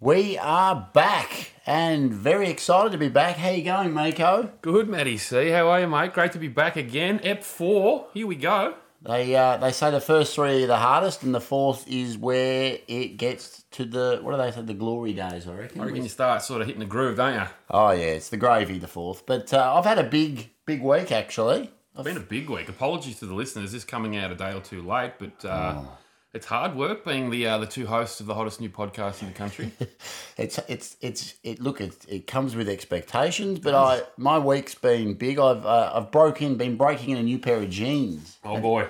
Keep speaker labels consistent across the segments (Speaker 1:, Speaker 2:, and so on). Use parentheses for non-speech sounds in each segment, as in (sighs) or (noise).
Speaker 1: We are back and very excited to be back. How you going, Mako?
Speaker 2: Good, Matty C. How are you, mate? Great to be back again. Ep 4. Here we go.
Speaker 1: They uh, they say the first three are the hardest, and the fourth is where it gets to the what do they say the glory days? I reckon.
Speaker 2: I reckon you start sort of hitting the groove, don't you?
Speaker 1: Oh yeah, it's the gravy, the fourth. But uh, I've had a big big week actually.
Speaker 2: It's been a big week. Apologies to the listeners. This coming out a day or two late, but uh,
Speaker 1: Oh.
Speaker 2: it's hard work being the uh, the two hosts of the hottest new podcast in
Speaker 1: (laughs)
Speaker 2: the country.
Speaker 1: It's it's it's it. Look, it it comes with expectations, but I my week's been big. I've uh, I've broken been breaking in a new pair of jeans.
Speaker 2: oh boy.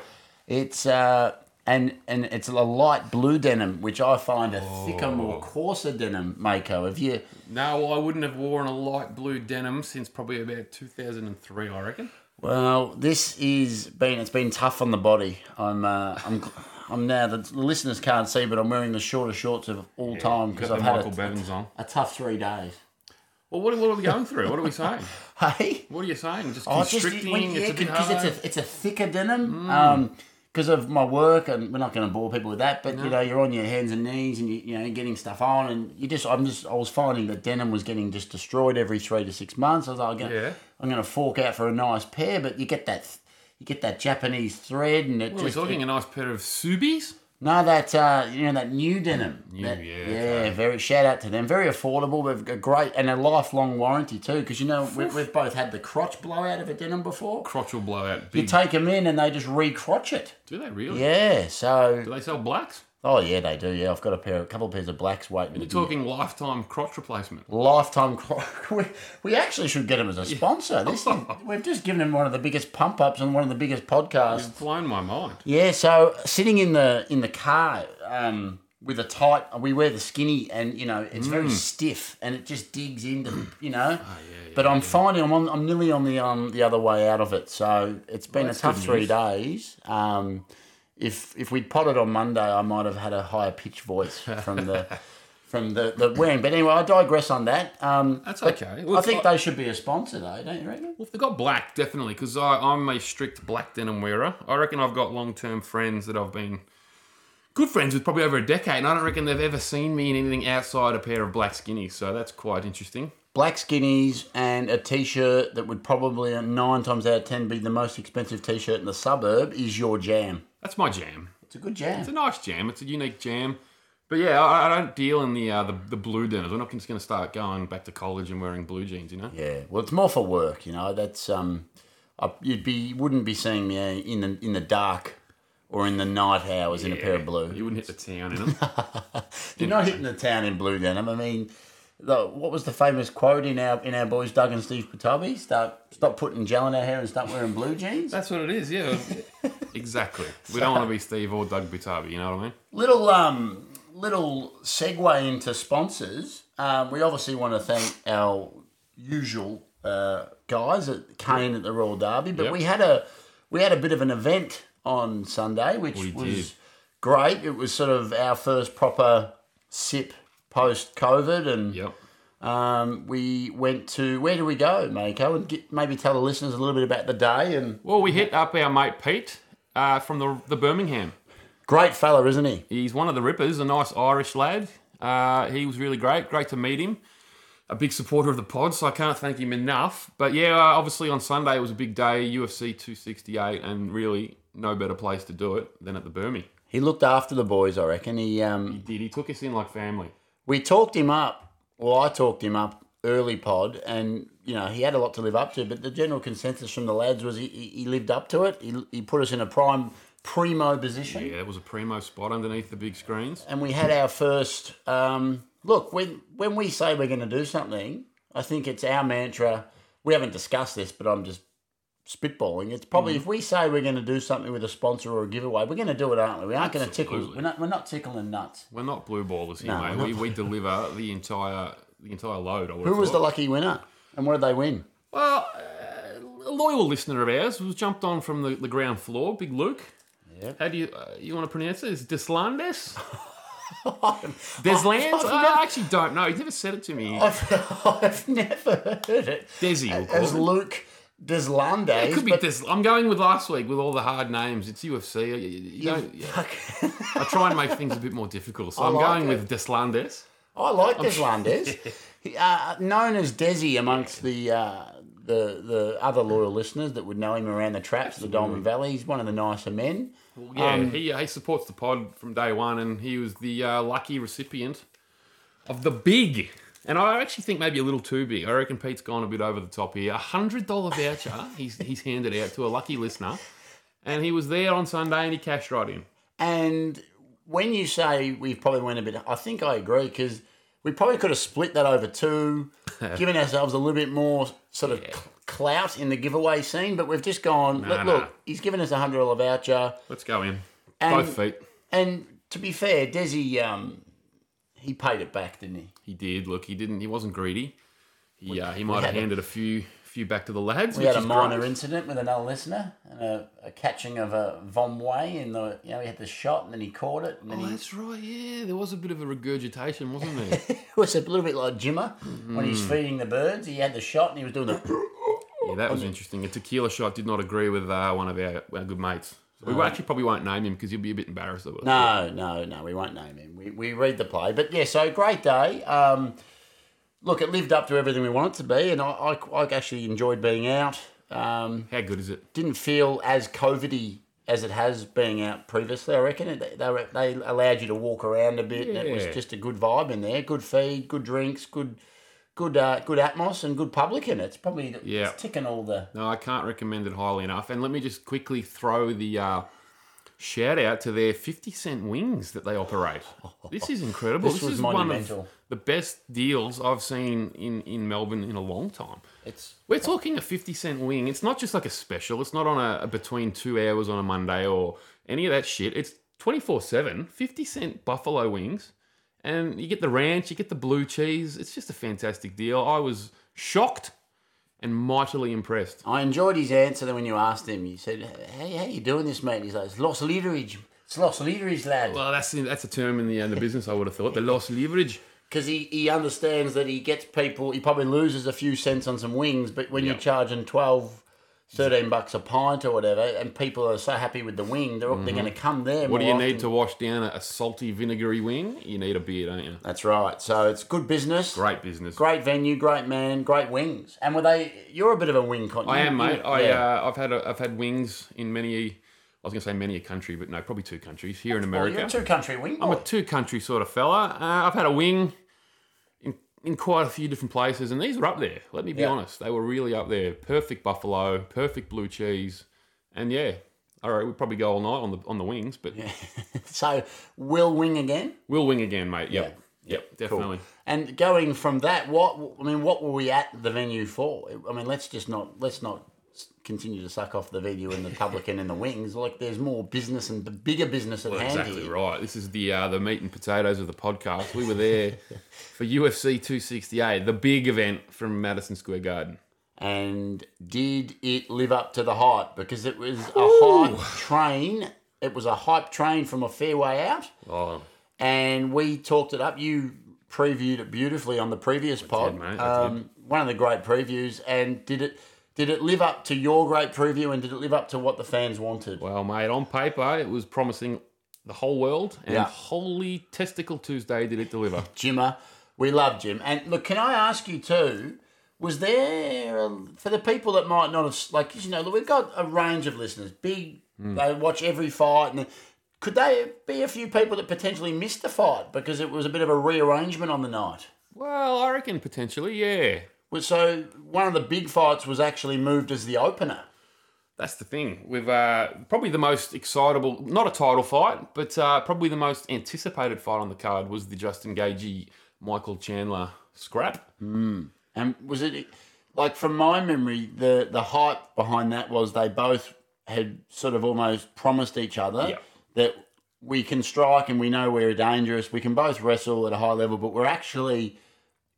Speaker 1: It's uh and and it's a light blue denim, which I find a thicker,
Speaker 2: Oh.
Speaker 1: more coarser denim. Mako, have you?
Speaker 2: No, well, I wouldn't have worn a light blue denim since probably about 2003, I reckon.
Speaker 1: Well, this is been it's been tough on the body. I'm uh, I'm (laughs) I'm now the listeners can't see, but I'm wearing the shortest shorts of all time
Speaker 2: Got
Speaker 1: because
Speaker 2: the
Speaker 1: I've had
Speaker 2: Michael
Speaker 1: a,
Speaker 2: Bevins on.
Speaker 1: a tough three days.
Speaker 2: Well, what, what are we going through? What are we saying?
Speaker 1: Hey,
Speaker 2: What are you saying? Just
Speaker 1: I Oh, just
Speaker 2: constricting?
Speaker 1: when- yeah,
Speaker 2: it's a bit Mm.
Speaker 1: because
Speaker 2: hard.
Speaker 1: it's a it's a thicker denim. Um, because of my work, and we're not going to bore people with that, but you know, you're on your hands and knees, and you, you know, you're getting stuff on, and you just, I'm just, I was finding that denim was getting just destroyed every three to six months. I was like, I'm gonna,
Speaker 2: Yeah.
Speaker 1: I'm going to fork out for a nice pair, but you get that, you get that Japanese thread, and it
Speaker 2: What are we
Speaker 1: just,
Speaker 2: talking? A nice pair of subis?
Speaker 1: No, that uh, you know that new denim.
Speaker 2: New,
Speaker 1: That-
Speaker 2: yeah, okay.
Speaker 1: very. Shout out to them. Very affordable. We've got great and a lifelong warranty too, because you know we, we've both had the crotch blowout of a denim before.
Speaker 2: Crotch will blow out
Speaker 1: You
Speaker 2: big.
Speaker 1: take them in and they just re-crotch it.
Speaker 2: Do they really?
Speaker 1: Yeah. So.
Speaker 2: Do they sell blacks?
Speaker 1: Oh yeah, they do. Yeah, I've got a pair, a couple of pairs of blacks waiting.
Speaker 2: You're talking lifetime crotch replacement.
Speaker 1: Lifetime crotch. (laughs) We, we actually should get them as a sponsor. This (laughs) is, we've just given them one of the biggest pump ups and one of the biggest podcasts.
Speaker 2: It's blown my mind.
Speaker 1: Yeah, so sitting in the in the car um, with a tight, we wear the skinny, and you know it's
Speaker 2: Mm.
Speaker 1: very stiff, and it just digs into
Speaker 2: (clears throat)
Speaker 1: the- you know.
Speaker 2: Ah,
Speaker 1: but I'm finding I'm on, I'm nearly on the um the other way out of it. So it's been a
Speaker 2: that's
Speaker 1: tough
Speaker 2: good
Speaker 1: three
Speaker 2: news.
Speaker 1: days. Um, if if we'd potted on Monday, I might have had a higher pitch voice from
Speaker 2: (laughs)
Speaker 1: the. From the, the wearing, but anyway, I digress on that. Um,
Speaker 2: That's
Speaker 1: but
Speaker 2: okay.
Speaker 1: I
Speaker 2: Look,
Speaker 1: think
Speaker 2: I-
Speaker 1: they should be a sponsor, though, don't you reckon?
Speaker 2: Well, if they got black, definitely, because I'm a strict black denim wearer. I reckon I've got long term friends that I've been good friends with probably over a decade, and I don't reckon they've ever seen me in anything outside a pair of black skinnies, so that's quite interesting.
Speaker 1: black skinnies and a t-shirt that would probably uh, nine times out of ten be the most expensive t-shirt in the suburb is your jam.
Speaker 2: That's my jam.
Speaker 1: It's a good jam.
Speaker 2: It's a nice jam, it's a unique jam. But yeah, I, I don't deal in the, uh, the the blue denims. I'm not just going to start going back to college and wearing blue jeans, you know?
Speaker 1: yeah, well, it's more for work, you know. That's um, I, you'd be you wouldn't be seeing me uh, in the in the dark or in the night hours in a pair of blue.
Speaker 2: You wouldn't hit the town in them.
Speaker 1: You're not hitting the town in blue denim. I mean, the, what was the famous quote in our in our boys Doug and Steve Patabi? Start stop putting gel in our hair and start wearing blue jeans.
Speaker 2: That's what it is, yeah. (laughs) exactly. We don't want to be Steve or Doug Butabi, you know what I mean?
Speaker 1: Little um, little segue into sponsors. Um, we obviously want to thank our usual uh, guys at Kane at the Royal Derby, but
Speaker 2: Yep.
Speaker 1: we had a we had a bit of an event on Sunday, which
Speaker 2: We
Speaker 1: was
Speaker 2: did.
Speaker 1: great. It was sort of our first proper sip post COVID, and
Speaker 2: Yep.
Speaker 1: um, we went to where do we go, Mako, and get, maybe tell the listeners a little bit about the day. And
Speaker 2: Well, we hit up our mate Pete uh, from the, the Birmingham.
Speaker 1: great fella, isn't he?
Speaker 2: He's one of the Rippers, a nice Irish lad. Uh, he was really great. Great to meet him. A big supporter of the pod, so I can't thank him enough. But yeah, uh, obviously on Sunday it was a big day, UFC 268, and really no better place to do it than at the Birmingham.
Speaker 1: He looked after the boys, I reckon. He um,
Speaker 2: Did he took us in like family?
Speaker 1: we talked him up. Well, I talked him up early pod, and you know he had a lot to live up to. But the general consensus from the lads was he, he he lived up to it. He, he put us in a prime primo position,
Speaker 2: Yeah, it was a primo spot underneath the big screens.
Speaker 1: and we had our first um, look. When when we say we're going to do something, I think it's our mantra. We haven't discussed this, but I'm just spitballing. It's
Speaker 2: Mm.
Speaker 1: probably if we say we're going to do something with a sponsor or a giveaway, we're going to do it, aren't we? We aren't going to tickle.
Speaker 2: Absolutely.
Speaker 1: We're not, we're not tickling nuts.
Speaker 2: We're not blue ballers here, mate.
Speaker 1: we're
Speaker 2: We, we deliver the entire the entire load. I
Speaker 1: Who was the lucky winner, and what did they win?
Speaker 2: Well, uh, a loyal listener of ours was jumped on from the, the ground floor, Big Luke.
Speaker 1: Yep.
Speaker 2: How do you uh, you want to pronounce it? Is it
Speaker 1: (laughs)
Speaker 2: Deslandes? Deslandes? I actually don't know. He's never said it to me.
Speaker 1: Oh, I've, (laughs) I've never heard it.
Speaker 2: Desi, we'll call
Speaker 1: As
Speaker 2: it.
Speaker 1: Luke Deslandes.
Speaker 2: It could be
Speaker 1: but-
Speaker 2: Des. I'm going with last week with all the hard names. It's UFC. You- you- you don't- yeah.
Speaker 1: Fuck. (laughs)
Speaker 2: I try and make things a bit more difficult, so I am
Speaker 1: like
Speaker 2: going
Speaker 1: it.
Speaker 2: with Deslandes.
Speaker 1: I like Des Landes.
Speaker 2: (laughs)
Speaker 1: He- uh, known as Desi amongst the uh, the the other loyal listeners that would know him around the traps, the Diamond Valley. He's one of the nicer men.
Speaker 2: Yeah,
Speaker 1: Um,
Speaker 2: he, uh, he supports the pod from day one, and he was the uh, lucky recipient of the big. And I actually think maybe a little too big. I reckon Pete's gone a bit over the top here. A hundred dollar voucher (laughs) he's he's handed out to a lucky listener, and he was there on Sunday and he cashed right in.
Speaker 1: And when you say we probably went a bit, I think I agree because we probably could have split that over two, given ourselves a little bit more sort of cl- clout in the giveaway scene. But we've just gone. look,
Speaker 2: no.
Speaker 1: look, he's given us a hundred dollar voucher,
Speaker 2: Let's go in.
Speaker 1: And-
Speaker 2: Both feet.
Speaker 1: and to be fair, Desi, um, he paid it back, didn't he?
Speaker 2: He did. Look, he didn't. He wasn't greedy. He uh, he might have
Speaker 1: had a-
Speaker 2: handed a few few back to the lads.
Speaker 1: We had a minor incident with another listener and a, a catching of a vom way in the you know he had the shot and then he caught it and then he
Speaker 2: Oh, That's right. Yeah, there was a bit of a regurgitation, wasn't there?
Speaker 1: (laughs) it was a little bit like Jimmer when he's feeding the birds. He had the shot and he was doing the
Speaker 2: Yeah, that was interesting. A tequila shot did not agree with uh, one of our, our good mates. So we actually probably won't name him because you'll be a bit embarrassed of it.
Speaker 1: no no no we won't name him. We, we read the play, but yeah, so great day. Um, look, it lived up to everything we wanted to be, and I I, I actually enjoyed being out. Um,
Speaker 2: How good is it?
Speaker 1: didn't feel as covidy as it has being out previously. I reckon it, they- they were, they allowed you to walk around a bit, and it was
Speaker 2: Yeah.
Speaker 1: just a good vibe in there. Good feed, good drinks, good good uh, good atmos, and good publican. It's probably
Speaker 2: Yeah.
Speaker 1: it's ticking all the
Speaker 2: No, I can't recommend it highly enough. And let me just quickly throw the uh, shout out to their 50 cent wings that they operate. This is incredible.
Speaker 1: (laughs) This was
Speaker 2: is one
Speaker 1: monumental.
Speaker 2: of the best deals I've seen in, in Melbourne in a long time.
Speaker 1: it's
Speaker 2: We're talking a 50 cent wing. It's not just like a special. It's not on a, a between two hours on a Monday or any of that shit. It's 24 7, 50 cent buffalo wings. And you get the ranch, you get the blue cheese. It's just a fantastic deal. I was shocked and mightily impressed.
Speaker 1: I enjoyed his answer then when you asked him. You said, "Hey, how you doing this mate?" And he's like, "It's lost leaderage, it's lost leaderage, lad,"
Speaker 2: Well, that's that's a term in the, in the business, I would have thought. The lost leverage.
Speaker 1: because he, he understands that he gets people. He probably loses a few cents on some wings, but when you're charging 12, 13 bucks a pint or whatever, and people are so happy with the wing, they're they're going to come there.
Speaker 2: Mm-hmm. What do you need to wash down a, a salty, vinegary wing? You need a beer, don't you?
Speaker 1: That's right. So it's good business.
Speaker 2: Great business.
Speaker 1: Great venue, great man, great wings. And were they? You're a bit of a wing con.
Speaker 2: I am,
Speaker 1: you-
Speaker 2: mate. I
Speaker 1: yeah.
Speaker 2: uh, I've had a, I've had wings in many. I was going to say many a country, but no, probably two countries here in
Speaker 1: Well, Oh, you're
Speaker 2: America.
Speaker 1: a two country wing. Oh,
Speaker 2: I'm
Speaker 1: Boy.
Speaker 2: a two country sort of fella. Uh, I've had a wing in in quite a few different places, and these were up there. Let me be
Speaker 1: Yeah.
Speaker 2: honest, they were really up there. Perfect buffalo, perfect blue cheese, and yeah. All right, we'd probably go all night on the on the wings, but
Speaker 1: so will wing again.
Speaker 2: we'll wing again, mate. Yep,
Speaker 1: Yeah.
Speaker 2: yep, definitely.
Speaker 1: And going from that, what I mean, what were we at the venue for? I mean, let's just not let's not s- continue to suck off the venue
Speaker 2: (laughs)
Speaker 1: and the publican and the wings. Like, there's more business and b- bigger business at hand
Speaker 2: Exactly
Speaker 1: here.
Speaker 2: right. This is the uh, the meat and potatoes of the podcast. We were there for UFC 268, the big event from Madison Square Garden.
Speaker 1: And did it live up to the hype? Because it was a hype train. It was a hype train from a fair way out,
Speaker 2: Oh,
Speaker 1: and we talked it up. You previewed it beautifully on the previous pod.
Speaker 2: mate, I
Speaker 1: um, one of the great previews, and did it. Did it live up to your great preview, and did it live up to what the fans wanted?
Speaker 2: well, mate. On paper, it was promising the whole world, and
Speaker 1: Yeah.
Speaker 2: holy testicle Tuesday did it deliver.
Speaker 1: Jimmer. We love Jim. And look, can I ask you too? Was there um, for the people that might not have like 'cause, you know look, we've got a range of listeners. Big,
Speaker 2: Hmm.
Speaker 1: they watch every fight, and could they be a few people that potentially missed the fight because it was a bit of a rearrangement on the night?
Speaker 2: well, I reckon potentially, yeah.
Speaker 1: Well, So one of the big fights was actually moved as the opener.
Speaker 2: That's the thing. We've uh, probably the most excitable, not a title fight, but uh, probably the most anticipated fight on the card was the Justin Gagey Michael Chandler scrap.
Speaker 1: And was it like from my memory, the the hype behind that was they both had sort of almost promised each other
Speaker 2: Yeah.
Speaker 1: that we can strike and we know we're dangerous. We can both wrestle at a high level, but we're actually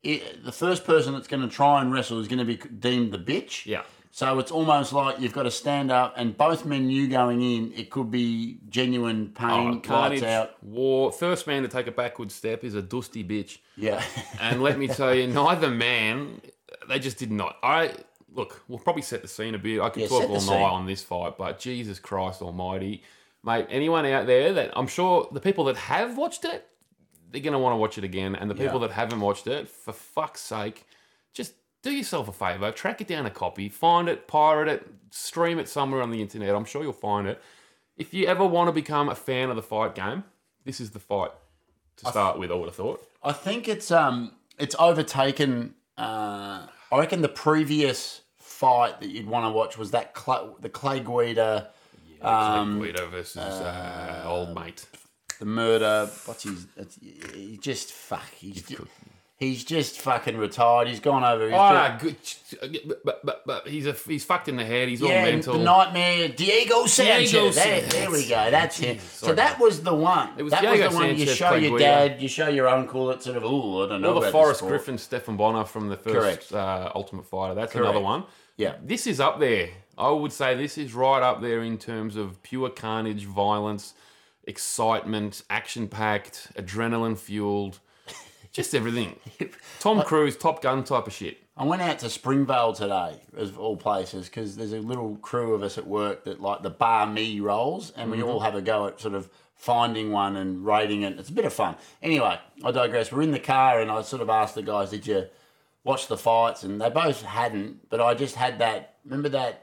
Speaker 1: i the first person that's going to try and wrestle is going to be deemed the bitch.
Speaker 2: Yeah.
Speaker 1: So it's almost like you've got to stand up, and both men knew going in it could be genuine pain, lights
Speaker 2: Oh, Carnage,
Speaker 1: out.
Speaker 2: war, first man to take a backward step is a dusty bitch.
Speaker 1: Yeah, (laughs)
Speaker 2: And let me tell you, neither man, they just did not. I look, we'll probably set the scene a bit. I could
Speaker 1: Yeah,
Speaker 2: talk
Speaker 1: set the
Speaker 2: all
Speaker 1: scene.
Speaker 2: night on this fight, but Jesus Christ Almighty, mate! Anyone out there that I'm sure the people that have watched it, they're going to want to watch it again. And the people
Speaker 1: Yeah.
Speaker 2: that haven't watched it, for fuck's sake, just do yourself a favor, track it down a copy, find it, pirate it, stream it somewhere on the internet. I'm sure you'll find it. If you ever want to become a fan of the fight game, this is the fight to start with, I would have thought.
Speaker 1: I think it's um it's overtaken. Uh, I reckon the previous fight that you'd want to watch was that Cla the Clay Guida,
Speaker 2: Um, Guido versus uh, old mate.
Speaker 1: the murder. What's his? It's, he just fuck. He's ju- he's just fucking retired. He's gone over. He's
Speaker 2: Oh,
Speaker 1: just-
Speaker 2: no, good. But, but, but, but he's a, he's fucked in the head. He's all
Speaker 1: Yeah,
Speaker 2: mental.
Speaker 1: the nightmare Diego Sanchez.
Speaker 2: Diego
Speaker 1: there,
Speaker 2: Sanchez.
Speaker 1: there we go. That's him. So
Speaker 2: sorry.
Speaker 1: that was the one.
Speaker 2: was
Speaker 1: that
Speaker 2: Diego
Speaker 1: was the one you
Speaker 2: Sanchez
Speaker 1: show
Speaker 2: played
Speaker 1: your
Speaker 2: Guido.
Speaker 1: dad, you show your uncle. It's sort of ooh, I don't know.
Speaker 2: Or the
Speaker 1: about
Speaker 2: Forrest
Speaker 1: this sport.
Speaker 2: Griffin, Stefan Bonner from the
Speaker 1: Correct.
Speaker 2: first uh, Ultimate Fighter. That's another
Speaker 1: Correct.
Speaker 2: one.
Speaker 1: Yeah.
Speaker 2: This is up there. I would say this is right up there in terms of pure carnage, violence, excitement, action packed, adrenaline fueled,
Speaker 1: (laughs)
Speaker 2: just everything. Tom Cruise, Top Gun type of shit.
Speaker 1: I went out to Springvale today, of all places, because there's a little crew of us at work that like the bar me rolls, and
Speaker 2: Mm-hmm.
Speaker 1: we all have a go at sort of finding one and rating it. It's a bit of fun. Anyway, I digress. We're in the car, and I sort of asked the guys, "Did you watch the fights?" And they both hadn't, but I just had that. Remember that?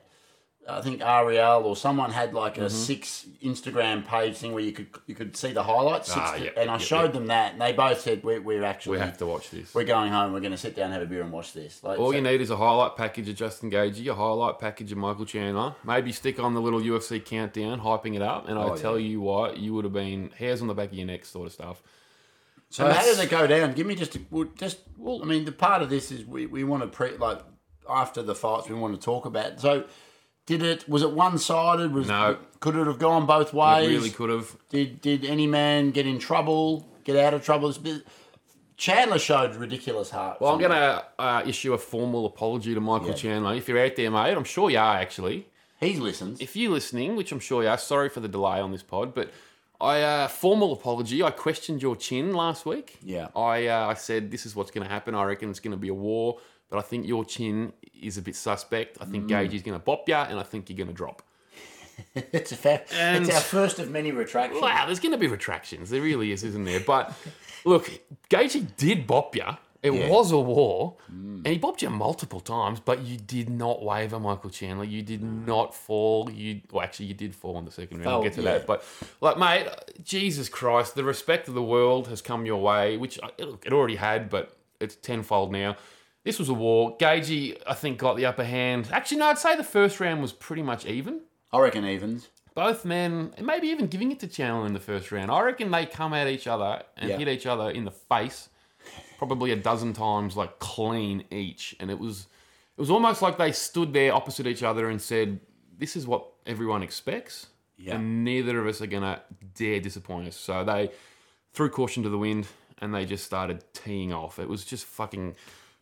Speaker 1: I think Ariel or someone had like a
Speaker 2: Mm-hmm.
Speaker 1: six Instagram page thing where you could you could see the highlights. Six,
Speaker 2: Ah, yep,
Speaker 1: and I
Speaker 2: yep,
Speaker 1: showed them that, and they both said, "We're, we're actually
Speaker 2: We have to watch this.
Speaker 1: we're going home. We're going to sit down, have a beer, and watch this." Like,
Speaker 2: All
Speaker 1: so-
Speaker 2: you need is a highlight package of Justin Gagey, a highlight package of Michael Chandler. Maybe stick on the little UFC countdown, hyping it up, and I
Speaker 1: Oh,
Speaker 2: tell you what, you would have been hairs on the back of your neck sort of stuff.
Speaker 1: So how does it go down? Give me just a, well, just well. I mean, the part of this is we, we want to pre like after the fights we want to talk about. So did it? Was it one sided? Was
Speaker 2: No.
Speaker 1: Could it have gone both ways?
Speaker 2: Really could have.
Speaker 1: Did did any man get in trouble? Get out of trouble? It's a bit- Chandler showed ridiculous heart.
Speaker 2: Well, I'm going to uh, issue a formal apology to Michael
Speaker 1: Yeah.
Speaker 2: Chandler. If you're out there, mate, I'm sure you are actually.
Speaker 1: he listens. (laughs)
Speaker 2: If you're listening, which I'm sure you are, sorry for the delay on this pod, but I uh, formal apology. I questioned your chin last week.
Speaker 1: Yeah.
Speaker 2: I uh, I said this is what's going to happen. I reckon it's going to be a war, but I think your chin is a bit suspect. I think Gage is going to bop you, and I think you're going to drop.
Speaker 1: it's a fact.
Speaker 2: And-
Speaker 1: It's our first of many retractions.
Speaker 2: Wow, there's going to be retractions. There really is, isn't there? But look, Gaethje did bop you. It
Speaker 1: Yeah. Mm.
Speaker 2: was a war, and he bopped you multiple times. But you did not waver, Michael Chandler. You did not fall. You well, actually, you did fall in the second round.
Speaker 1: Fell,
Speaker 2: we'll get to
Speaker 1: yeah.
Speaker 2: that. But like, mate, Jesus Christ, the respect of the world has come your way, which I- look, it already had, but it's tenfold now. This was a war. Gagey, I think, got the upper hand. Actually, no, I'd say the first round was pretty much even
Speaker 1: I reckon evens.
Speaker 2: both men, and maybe even giving it to Chandler in the first round. I reckon they come at each other and
Speaker 1: Yeah.
Speaker 2: hit each other in the face probably a dozen times, like clean each. And it was, it was almost like they stood there opposite each other and said, "This is what everyone expects,
Speaker 1: Yeah.
Speaker 2: and neither of us are gonna dare disappoint us." So they threw caution to the wind and they just started teeing off. It was just fucking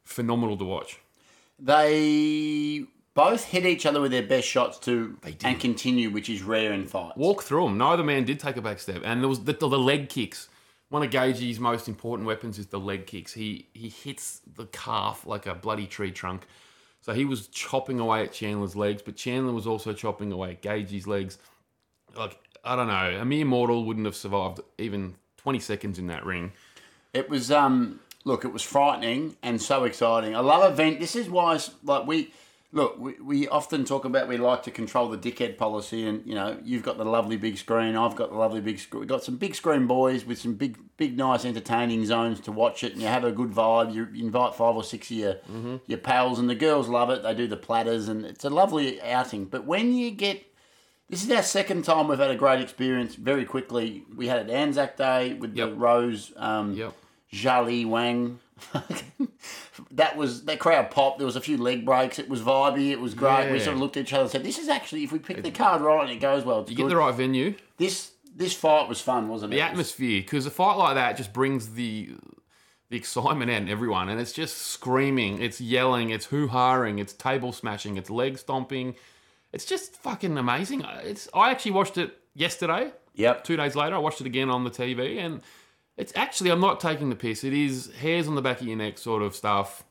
Speaker 2: phenomenal to watch.
Speaker 1: They both hit each other with their best shots to and continue, which is rare in fights.
Speaker 2: walk through them. Neither man did take a back step, and there was the, the, the leg kicks. One of Gagey's most important weapons is the leg kicks. He he hits the calf like a bloody tree trunk. So he was chopping away at Chandler's legs, but Chandler was also chopping away at Gagey's legs. Like I don't know, a mere mortal wouldn't have survived even 20 seconds in that ring.
Speaker 1: It was um look, it was frightening and so exciting. I love event. This is why it's- like we look, we, we often talk about we like to control the dickhead policy and you know, you've got the lovely big screen, I've got the lovely big screen. We've got some big screen boys with some big big nice entertaining zones to watch it and you have a good vibe. You invite five or six of your
Speaker 2: Mm-hmm.
Speaker 1: your pals and the girls love it. They do the platters and it's a lovely outing. But when you get this is our second time we've had a great experience very quickly. We had it Anzac Day with the
Speaker 2: Yep.
Speaker 1: Rose um,
Speaker 2: Yep.
Speaker 1: Jali Wang. (laughs) that was that crowd popped. There was a few leg breaks. It was vibey. It was great. We
Speaker 2: Yeah.
Speaker 1: sort of looked at each other and said, "This is actually if we pick the card right and it goes well, it's
Speaker 2: Get
Speaker 1: good."
Speaker 2: the right venue.
Speaker 1: This this fight was fun, wasn't it?
Speaker 2: the atmosphere because a fight like that just brings the the excitement out in everyone and it's just screaming it's yelling it's hoo-haring it's table smashing it's leg stomping it's just fucking amazing it's i actually watched it yesterday
Speaker 1: Yep.
Speaker 2: two days later i watched it again on the tv and it's actually i'm not taking the piss it is hairs on the back of your neck sort of stuff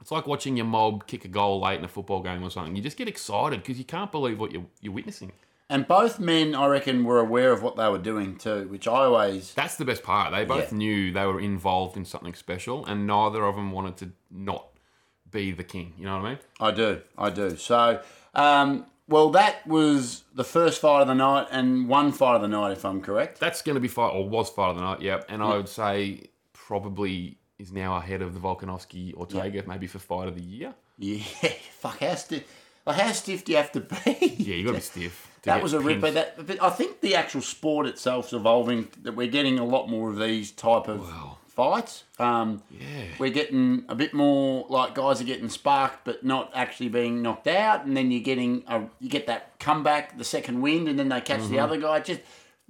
Speaker 2: it's like watching your mob kick a goal late in a football game or something you just get excited because you can't believe what you're, you're witnessing
Speaker 1: And both men, I reckon, were aware of what they were doing too, which I always.
Speaker 2: That's the best part. They both
Speaker 1: Yeah.
Speaker 2: knew they were involved in something special, and neither of them wanted to not be the king. You know what I mean?
Speaker 1: I do, I do. So, um, well, that was the first fight of the night and one fight of the night, if I'm correct.
Speaker 2: That's going to be fight or was fight of the night. Yep, and I would say probably is now ahead of the Volkanovski Ortega, maybe for fight of the year.
Speaker 1: (laughs) Yeah, fuck, how stiff, like, how stiff do you have to be?
Speaker 2: Yeah, you got
Speaker 1: (laughs)
Speaker 2: to be stiff. to
Speaker 1: That
Speaker 2: get
Speaker 1: was a
Speaker 2: pinned.
Speaker 1: ripper. That, but I think the actual sport itself's evolving. That we're getting a lot more of these type of
Speaker 2: Wow.
Speaker 1: fights. Um,
Speaker 2: Yeah.
Speaker 1: We're getting a bit more like guys are getting sparked, but not actually being knocked out. And then you're getting a, you get that comeback, the second wind, and then they catch the other guy. Just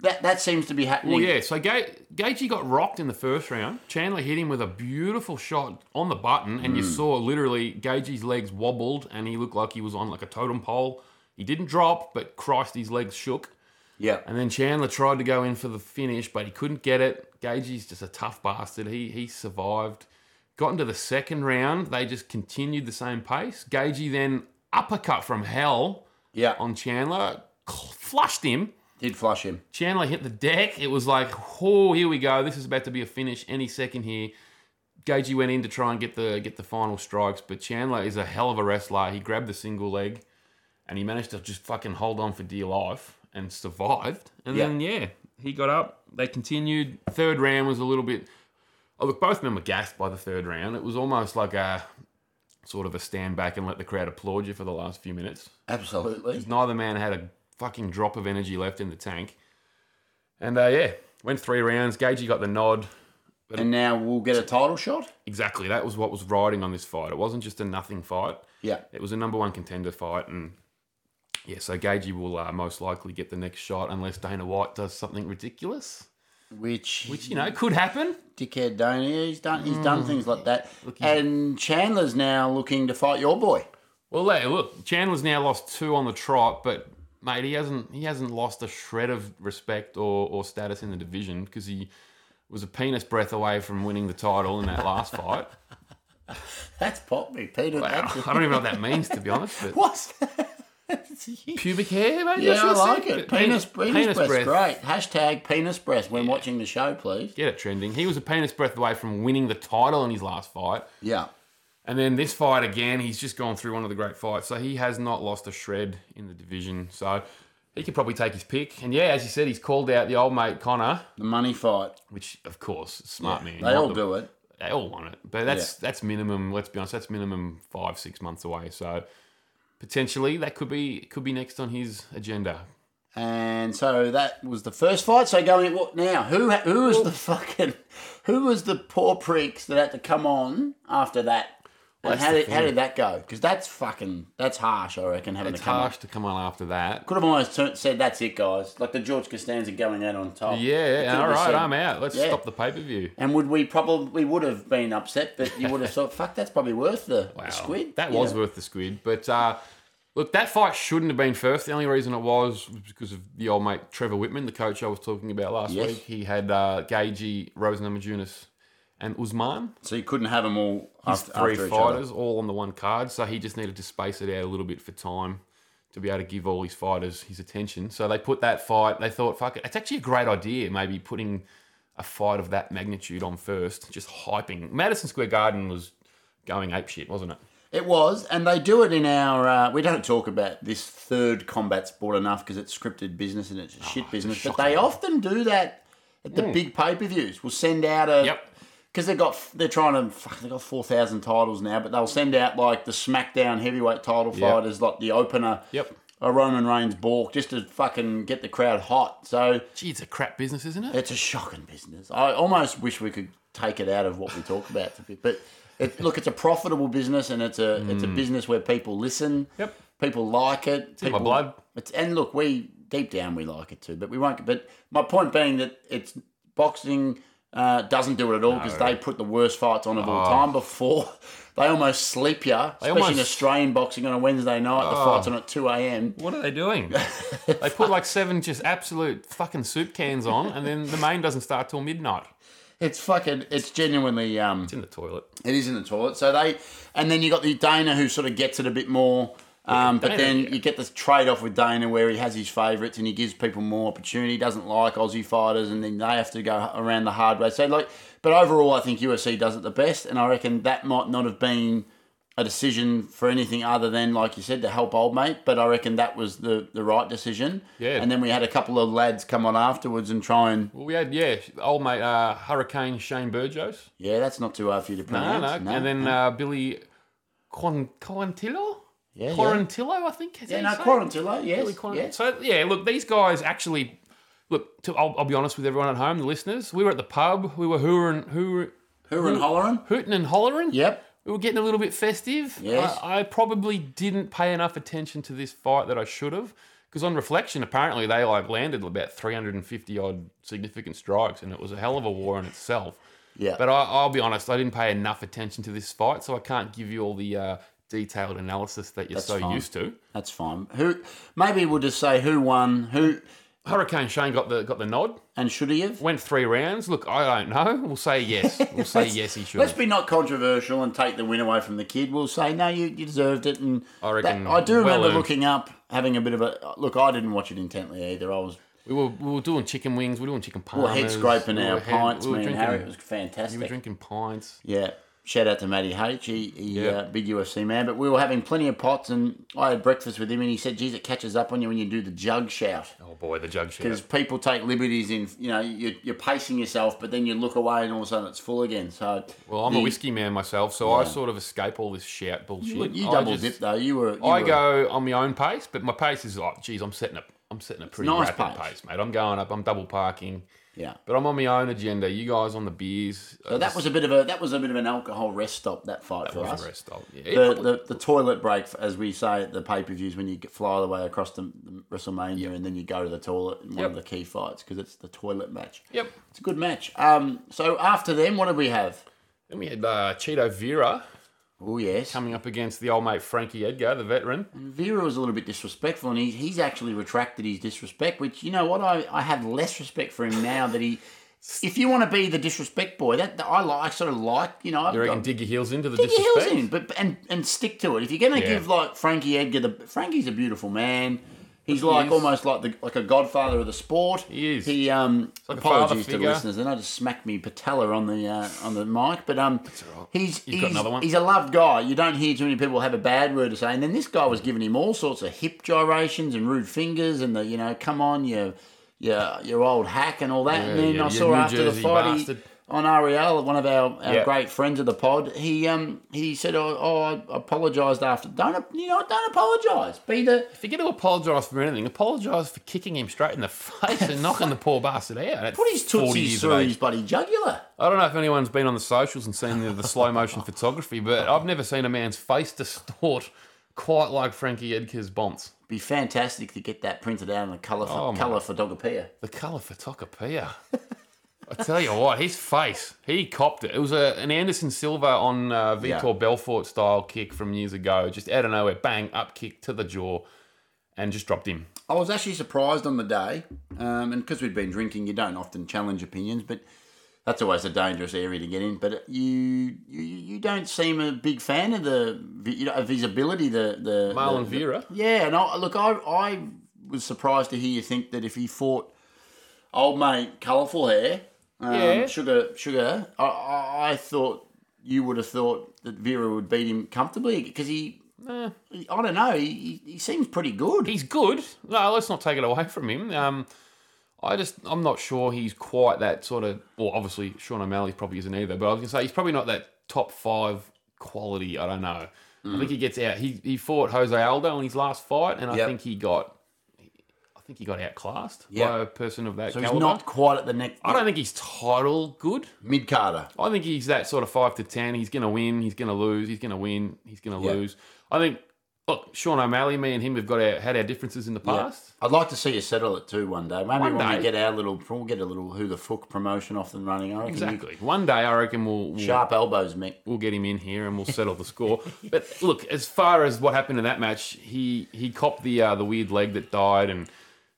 Speaker 1: that that seems to be happening.
Speaker 2: Mm-hmm. Well, yeah. So Ga- Gaethje got rocked in the first round. Chandler hit him with a beautiful shot on the button, and you
Speaker 1: Mm.
Speaker 2: saw literally Gaethje's legs wobbled, and he looked like he was on like a totem pole. He didn't drop, but Christ, his legs shook.
Speaker 1: yeah.
Speaker 2: And then Chandler tried to go in for the finish, but he couldn't get it. Gage's just a tough bastard. He he survived. Got into the second round. They just continued the same pace. Gagey then uppercut from hell
Speaker 1: Yeah.
Speaker 2: on Chandler, cl- flushed him.
Speaker 1: Did flush him.
Speaker 2: Chandler hit the deck. It was like, oh, here we go. This is about to be a finish any second here. Gagey went in to try and get the get the final strikes, but Chandler is a hell of a wrestler. He grabbed the single leg, and he managed to just fucking hold on for dear life and survived. And
Speaker 1: Yeah.
Speaker 2: then yeah, he got up. They continued. Third round was a little bit. Oh look, both men were gassed by the third round. It was almost like a sort of a stand back and let the crowd applaud you for the last few minutes.
Speaker 1: Absolutely.
Speaker 2: Neither man had a fucking drop of energy left in the tank. And uh, yeah, went three rounds. Gagey got the nod.
Speaker 1: And now we'll get a title shot.
Speaker 2: Exactly, that was what was riding on this fight. It wasn't just a nothing fight.
Speaker 1: Yeah.
Speaker 2: It was a number one contender fight, and yeah, so Gagey will uh, most likely get the next shot unless Dana White does something ridiculous,
Speaker 1: Which
Speaker 2: which Mm. you know could happen.
Speaker 1: dickhead Dana. He's done. He's done things like that. and Chandler's now looking to fight your boy.
Speaker 2: Well, hey, look, Chandler's now lost two on the trot, but mate, he hasn't he hasn't lost a shred of respect or, or status in the division because he was a penis breath away from winning the title in
Speaker 1: (laughs)
Speaker 2: that last fight.
Speaker 1: That's pop me, Peter.
Speaker 2: Wow,
Speaker 1: That's
Speaker 2: (laughs) I don't even know what that means to be honest, but
Speaker 1: What's that?
Speaker 2: pubic hair, mate.
Speaker 1: Yeah,
Speaker 2: that's
Speaker 1: I
Speaker 2: what
Speaker 1: like
Speaker 2: said.
Speaker 1: it. Penis, penis, breath,
Speaker 2: breath.
Speaker 1: great. Hashtag penis breath when watching the show, please.
Speaker 2: Get it trending. He was a penis breath away from winning the title in his last fight.
Speaker 1: Yeah.
Speaker 2: And then this fight again, he's just gone through one of the great fights. So he has not lost a shred in the division. So he could probably take his pick. And yeah, as you said, he's called out the old mate Connor,
Speaker 1: The money fight.
Speaker 2: which of course, smart man.
Speaker 1: They
Speaker 2: Not
Speaker 1: all
Speaker 2: the-
Speaker 1: do it.
Speaker 2: They all want it. But that's that's minimum, let's be honest, that's minimum five, six months away. So potentially that could be could be next on his agenda.
Speaker 1: And so that was the first fight. So going what now? Who ha- who was the fucking who was the poor pricks that had to come on after that? And
Speaker 2: that's
Speaker 1: how
Speaker 2: the
Speaker 1: did, how
Speaker 2: thing.
Speaker 1: did that go? Because that's fucking that's harsh. I reckon having
Speaker 2: It's
Speaker 1: to come on.
Speaker 2: harsh to come on after that.
Speaker 1: Could have almost turned, said that's it, guys. Like the George Costanza going out on top. They could
Speaker 2: Yeah, all
Speaker 1: have
Speaker 2: right,
Speaker 1: said-
Speaker 2: I'm out. Let's
Speaker 1: Yeah.
Speaker 2: stop the pay per view.
Speaker 1: And would we probably would have been upset, but you would have thought, fuck, that's probably worth the, the
Speaker 2: Wow.
Speaker 1: squid.
Speaker 2: That
Speaker 1: you
Speaker 2: was
Speaker 1: know?
Speaker 2: worth the squid. But uh, look, that fight shouldn't have been first. The only reason it was was because of the old mate Trevor Whitman, the coach I was talking about last
Speaker 1: Yes.
Speaker 2: week. He had uh, Gagey, Rose Namajunas, and Usman.
Speaker 1: So you couldn't have them all after,
Speaker 2: Three
Speaker 1: after each other.
Speaker 2: fighters all on the one card. So he just needed to space it out a little bit for time to be able to give all his fighters his attention. So they put that fight. They thought, fuck it. It's actually a great idea, maybe putting a fight of that magnitude on first, just hyping. Madison Square Garden was going apeshit, wasn't it?
Speaker 1: It was, and they do it in our. Uh, we don't talk about this third combat sport enough because it's scripted business and it's a
Speaker 2: Oh,
Speaker 1: shit business. But they often do that at the big pay per views. We'll send out a.
Speaker 2: Hmm. Yep.
Speaker 1: Because they got they're trying to fuck, they got four thousand titles now, but they'll send out like the SmackDown heavyweight title fighters, like the opener.
Speaker 2: Yep.
Speaker 1: A Roman Reigns balk just to fucking get the crowd hot. So
Speaker 2: Gee, it's a crap business, isn't it?
Speaker 1: It's a shocking business. I almost wish we could take it out of what we talk about, to be- but it, look, it's a profitable business, and it's a it's a business where people listen.
Speaker 2: Hmm. Yep.
Speaker 1: People like it. It's
Speaker 2: in my blood.
Speaker 1: It's, and look, we deep down we like it too, but we won't. But my point being that it's boxing. Uh, doesn't do it at all because they put the worst fights on of all time before. (laughs) They almost sleep you, especially in
Speaker 2: Oh. almost- Oh.
Speaker 1: Australian boxing on a Wednesday night. The fight's on at 2 a.m.
Speaker 2: (laughs) What are they doing? they put like seven just absolute fucking soup cans on, and then the main doesn't start till midnight.
Speaker 1: It's fucking, it's genuinely um,
Speaker 2: It's in the toilet.
Speaker 1: It is in the toilet. So they, and then you got the Dana who sort of gets it a bit more. Um, but
Speaker 2: Dana,
Speaker 1: then
Speaker 2: yeah.
Speaker 1: you get this trade off with Dana where he has his favourites and he gives people more opportunity. He doesn't like Aussie fighters and then they have to go around the hard way. So like, but overall, I think UFC does it the best, and I reckon that might not have been a decision for anything other than like you said to help old mate. But I reckon that was the the right decision.
Speaker 2: Yeah.
Speaker 1: And then we had a couple of lads come on afterwards and try and
Speaker 2: Well, we had yeah, old mate uh, Hurricane Shane Burgos.
Speaker 1: yeah, that's not too hard for you to
Speaker 2: No,
Speaker 1: pronounce.
Speaker 2: no. And then uh, Billy Con- Coantillo?
Speaker 1: yeah, yeah.
Speaker 2: Corantillo, I think. Is
Speaker 1: Yeah,
Speaker 2: that
Speaker 1: no,
Speaker 2: his name?
Speaker 1: Quarantillo, yes,
Speaker 2: Billy Quarant-
Speaker 1: yes.
Speaker 2: So, yeah, look, these guys actually, look, to, I'll, I'll be honest with everyone at home, the listeners, we were at the pub, we were hooering, hooer-
Speaker 1: Hoover
Speaker 2: Hmm.
Speaker 1: and Hollerin.
Speaker 2: hooting and hollering.
Speaker 1: Yep.
Speaker 2: We were getting a little bit festive.
Speaker 1: Yes.
Speaker 2: I, I probably didn't pay enough attention to this fight that I should have. Because on reflection, apparently they like landed about 350 odd significant strikes, and it was a hell of a war in itself.
Speaker 1: Yeah.
Speaker 2: But I, I'll be honest, I didn't pay enough attention to this fight, so I can't give you all the uh, detailed analysis that you're so
Speaker 1: fine.
Speaker 2: used to.
Speaker 1: That's fine. Who? Maybe we'll just say who won, who,
Speaker 2: Hurricane Shane got the got the nod,
Speaker 1: and should he have.
Speaker 2: went three rounds. Look, I don't know. We'll
Speaker 1: (laughs)
Speaker 2: say yes. We'll say yes. He should.
Speaker 1: Let's
Speaker 2: have.
Speaker 1: be not controversial and take the win away from the kid. We'll say no, you, you deserved it, and
Speaker 2: I reckon
Speaker 1: I do remember
Speaker 2: well earned.
Speaker 1: looking up, having a bit of a look. I didn't watch it intently either. I was
Speaker 2: We were we were doing chicken wings. We were doing chicken
Speaker 1: we
Speaker 2: parmas.
Speaker 1: were head scraping
Speaker 2: we were
Speaker 1: our
Speaker 2: head-
Speaker 1: pints,
Speaker 2: we were
Speaker 1: me and
Speaker 2: drinking-
Speaker 1: Harry. It was
Speaker 2: We were
Speaker 1: fantastic.
Speaker 2: drinking pints.
Speaker 1: Yeah. Shout out to Matty H. He, he
Speaker 2: Yeah.
Speaker 1: uh, big UFC man. But we were having plenty of pots, and I had breakfast with him, and he said, "Geez, it catches up on you when you do the jug shout."
Speaker 2: Oh boy, the jug shit.
Speaker 1: because people take liberties in you know you're, you're pacing yourself but then you look away and all of a sudden it's full again so
Speaker 2: Well, I'm a
Speaker 1: you-
Speaker 2: whiskey man myself, so I sort of escape all this shout bullshit.
Speaker 1: you, you
Speaker 2: I
Speaker 1: double
Speaker 2: just-
Speaker 1: dip though you were you uh,
Speaker 2: I
Speaker 1: were-
Speaker 2: go on my own pace, but my pace is like, geez, I'm setting up. I'm setting a pretty
Speaker 1: nice
Speaker 2: rapid
Speaker 1: pace.
Speaker 2: pace. mate. I'm going up. I'm double parking,
Speaker 1: yeah
Speaker 2: but I'm on my own agenda. You guys on the beers. uh,
Speaker 1: so that was a bit of a that was a bit of an alcohol rest stop that fight for us
Speaker 2: was a rest stop. Yeah, it
Speaker 1: the,
Speaker 2: probably-
Speaker 1: the, the toilet break as we say at the pay-per-views when you get- fly all the way across the, the WrestleMania and then you go to the toilet in one of
Speaker 2: Yep.
Speaker 1: the key fights because it's the toilet match
Speaker 2: yep.
Speaker 1: it's a good match um so after them what did we have
Speaker 2: Then we had uh, Cheeto Vera
Speaker 1: oh yes
Speaker 2: coming up against the old mate Frankie Edgar, the veteran.
Speaker 1: Vera was a little bit disrespectful, and he, he's actually retracted his disrespect. Which you know what, I, I have less respect for him now that he. If you want to be the disrespect boy, that, that I like, I sort of like, you know,
Speaker 2: You
Speaker 1: I've
Speaker 2: reckon
Speaker 1: got,
Speaker 2: dig your heels into the
Speaker 1: dig your heels
Speaker 2: disrespect?
Speaker 1: in, but and and stick to it. If you're going to
Speaker 2: Yeah.
Speaker 1: give like Frankie Edgar, the Frankie's a beautiful man. He's like
Speaker 2: is.
Speaker 1: almost like the like a godfather of the sport.
Speaker 2: He is.
Speaker 1: He um
Speaker 2: like a father
Speaker 1: apologies to the
Speaker 2: figure.
Speaker 1: listeners, and I just smacked me patella on the uh, on the mic, but um he's
Speaker 2: You've got
Speaker 1: he's,
Speaker 2: another one?
Speaker 1: he's a loved guy. You don't hear too many people have a bad word to say. And then this guy was giving him all sorts of hip gyrations and rude fingers and the you know come on you you your old hack and all that. and
Speaker 2: Yeah,
Speaker 1: then
Speaker 2: yeah,
Speaker 1: I
Speaker 2: you
Speaker 1: saw
Speaker 2: New
Speaker 1: after the
Speaker 2: Jersey
Speaker 1: fight he,
Speaker 2: bastard.
Speaker 1: on Ariel, one of our, our
Speaker 2: Yeah.
Speaker 1: great friends of the pod, he um he said, "Oh, oh I apologised after. Don't you know? Don't apologise. Be the
Speaker 2: If you're going to apologise for anything, apologise for kicking him straight in the (laughs) face and knocking the poor bastard out. at
Speaker 1: put his
Speaker 2: 40
Speaker 1: tootsies
Speaker 2: years
Speaker 1: through
Speaker 2: of age.
Speaker 1: his bloody jugular.
Speaker 2: I don't know if anyone's been on the socials and seen the, the slow motion (laughs) photography, but I've never seen a man's face distort quite like Frankie Edgar's bonds.
Speaker 1: Be fantastic to get that printed out in a colour for,
Speaker 2: Oh, my-
Speaker 1: colour photographia.
Speaker 2: The colour for Tokopia. I tell you what, his face, he copped it. It was a, an Anderson Silva on uh, Vitor
Speaker 1: Yeah.
Speaker 2: Belfort style kick from years ago, just out of nowhere, bang, up kick to the jaw, and just dropped him.
Speaker 1: I was actually surprised on the day, um, and because we'd been drinking, you don't often challenge opinions, but that's always a dangerous area to get in. But you you, you don't seem a big fan of the vi- you know, of his ability. The the
Speaker 2: Marlon
Speaker 1: the-
Speaker 2: Vera.
Speaker 1: Yeah, and I, look, I I was surprised to hear you think that if he fought old mate, colourful hair, um,
Speaker 2: Yeah.
Speaker 1: sugar sugar, I, I I thought you would have thought that Vera would beat him comfortably because he. he- I don't know. He, he, he seems pretty good.
Speaker 2: He's good. No, let's not take it away from him. Um, I just, I'm not sure he's quite that sort of. Well, obviously, Sean O'Malley probably isn't either. But I was gonna say he's probably not that top five quality. I don't know. I think he gets out. He he fought Jose Aldo in his last fight, and I
Speaker 1: Yep.
Speaker 2: think he got, I think he got outclassed by
Speaker 1: Yep.
Speaker 2: a person of that
Speaker 1: So
Speaker 2: caliber.
Speaker 1: he's not quite at the next
Speaker 2: I don't think he's title good.
Speaker 1: mid Carter.
Speaker 2: I think he's that sort of five to ten. He's going to win. He's going to lose. He's going to win. He's going to
Speaker 1: Yeah.
Speaker 2: lose. I think. Look, Sean O'Malley, me and him have got our, had our differences in the past.
Speaker 1: I'd like to see you settle it too one day. Maybe
Speaker 2: One
Speaker 1: when
Speaker 2: day.
Speaker 1: we get our little, we'll get a little who the fuck promotion off and running. I reckon you-
Speaker 2: Exactly. One day, I reckon we'll we'll,
Speaker 1: sharp elbows, Mick.
Speaker 2: we'll get him in here and we'll settle the score. (laughs) but look, as far as what happened in that match, he he copped the uh, the weird leg that died, and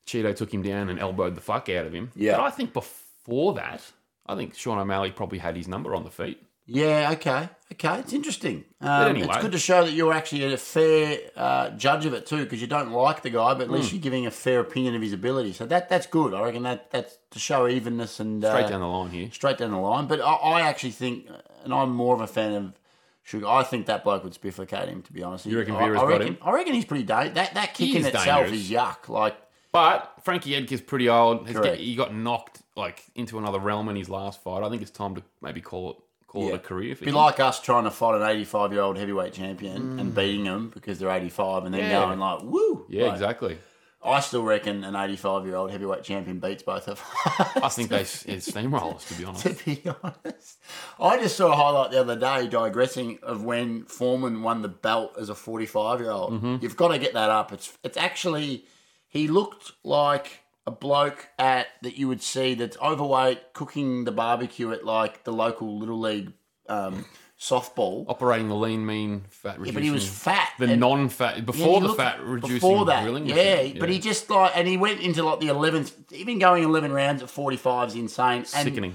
Speaker 2: Cheeto took him down and elbowed the fuck out of him.
Speaker 1: Yeah.
Speaker 2: But I think before that, I think Sean O'Malley probably had his number on the feet.
Speaker 1: Yeah, okay. Okay, it's interesting. Um,
Speaker 2: anyway.
Speaker 1: It's good to show that you're actually a fair uh, judge of it too, because you don't like the guy, but at
Speaker 2: Hmm.
Speaker 1: least you're giving a fair opinion of his ability. So that that's good. I reckon that that's to show evenness and
Speaker 2: Straight
Speaker 1: uh,
Speaker 2: down the line here.
Speaker 1: straight down the line. But I, I actually think, and I'm more of a fan of Sugar. I think that bloke would spifflicate him. To be honest, you
Speaker 2: reckon
Speaker 1: I,
Speaker 2: Vera's
Speaker 1: I
Speaker 2: got
Speaker 1: reckon,
Speaker 2: him?
Speaker 1: I reckon he's pretty dangerous. That that kick
Speaker 2: He
Speaker 1: in
Speaker 2: is
Speaker 1: itself
Speaker 2: dangerous.
Speaker 1: is yuck. Like
Speaker 2: But Frankie Edgar's pretty old. He's
Speaker 1: Correct.
Speaker 2: get, he got knocked like into another realm in his last fight. I think it's time to maybe call it call
Speaker 1: Yeah.
Speaker 2: it a career. For
Speaker 1: be
Speaker 2: him.
Speaker 1: like us trying to fight an 85 year old heavyweight champion and beating him because they're 85, and then
Speaker 2: Yeah.
Speaker 1: going like, woo.
Speaker 2: yeah,
Speaker 1: Like,
Speaker 2: exactly.
Speaker 1: I still reckon an 85 year old heavyweight champion beats both of
Speaker 2: (laughs)
Speaker 1: us.
Speaker 2: I think they s- it's steamrollers to
Speaker 1: (laughs)
Speaker 2: be honest.
Speaker 1: to be honest. I just saw a highlight the other day, digressing, of when Foreman won the belt as a 45 year old.
Speaker 2: Mm-hmm.
Speaker 1: You've got to get that up. It's it's actually he looked like a bloke at that you would see that's overweight, cooking the barbecue at like the local little league um, softball.
Speaker 2: Operating the lean, mean, fat reducing.
Speaker 1: yeah, but he was fat.
Speaker 2: Oh, the
Speaker 1: and-
Speaker 2: non-fat
Speaker 1: yeah,
Speaker 2: before
Speaker 1: he
Speaker 2: the
Speaker 1: looked-
Speaker 2: fat reducing
Speaker 1: before that,
Speaker 2: grilling.
Speaker 1: yeah,
Speaker 2: machine.
Speaker 1: But
Speaker 2: Yeah.
Speaker 1: he just like, and he went into like the eleventh, even going eleven rounds at forty five is insane. And
Speaker 2: sickening.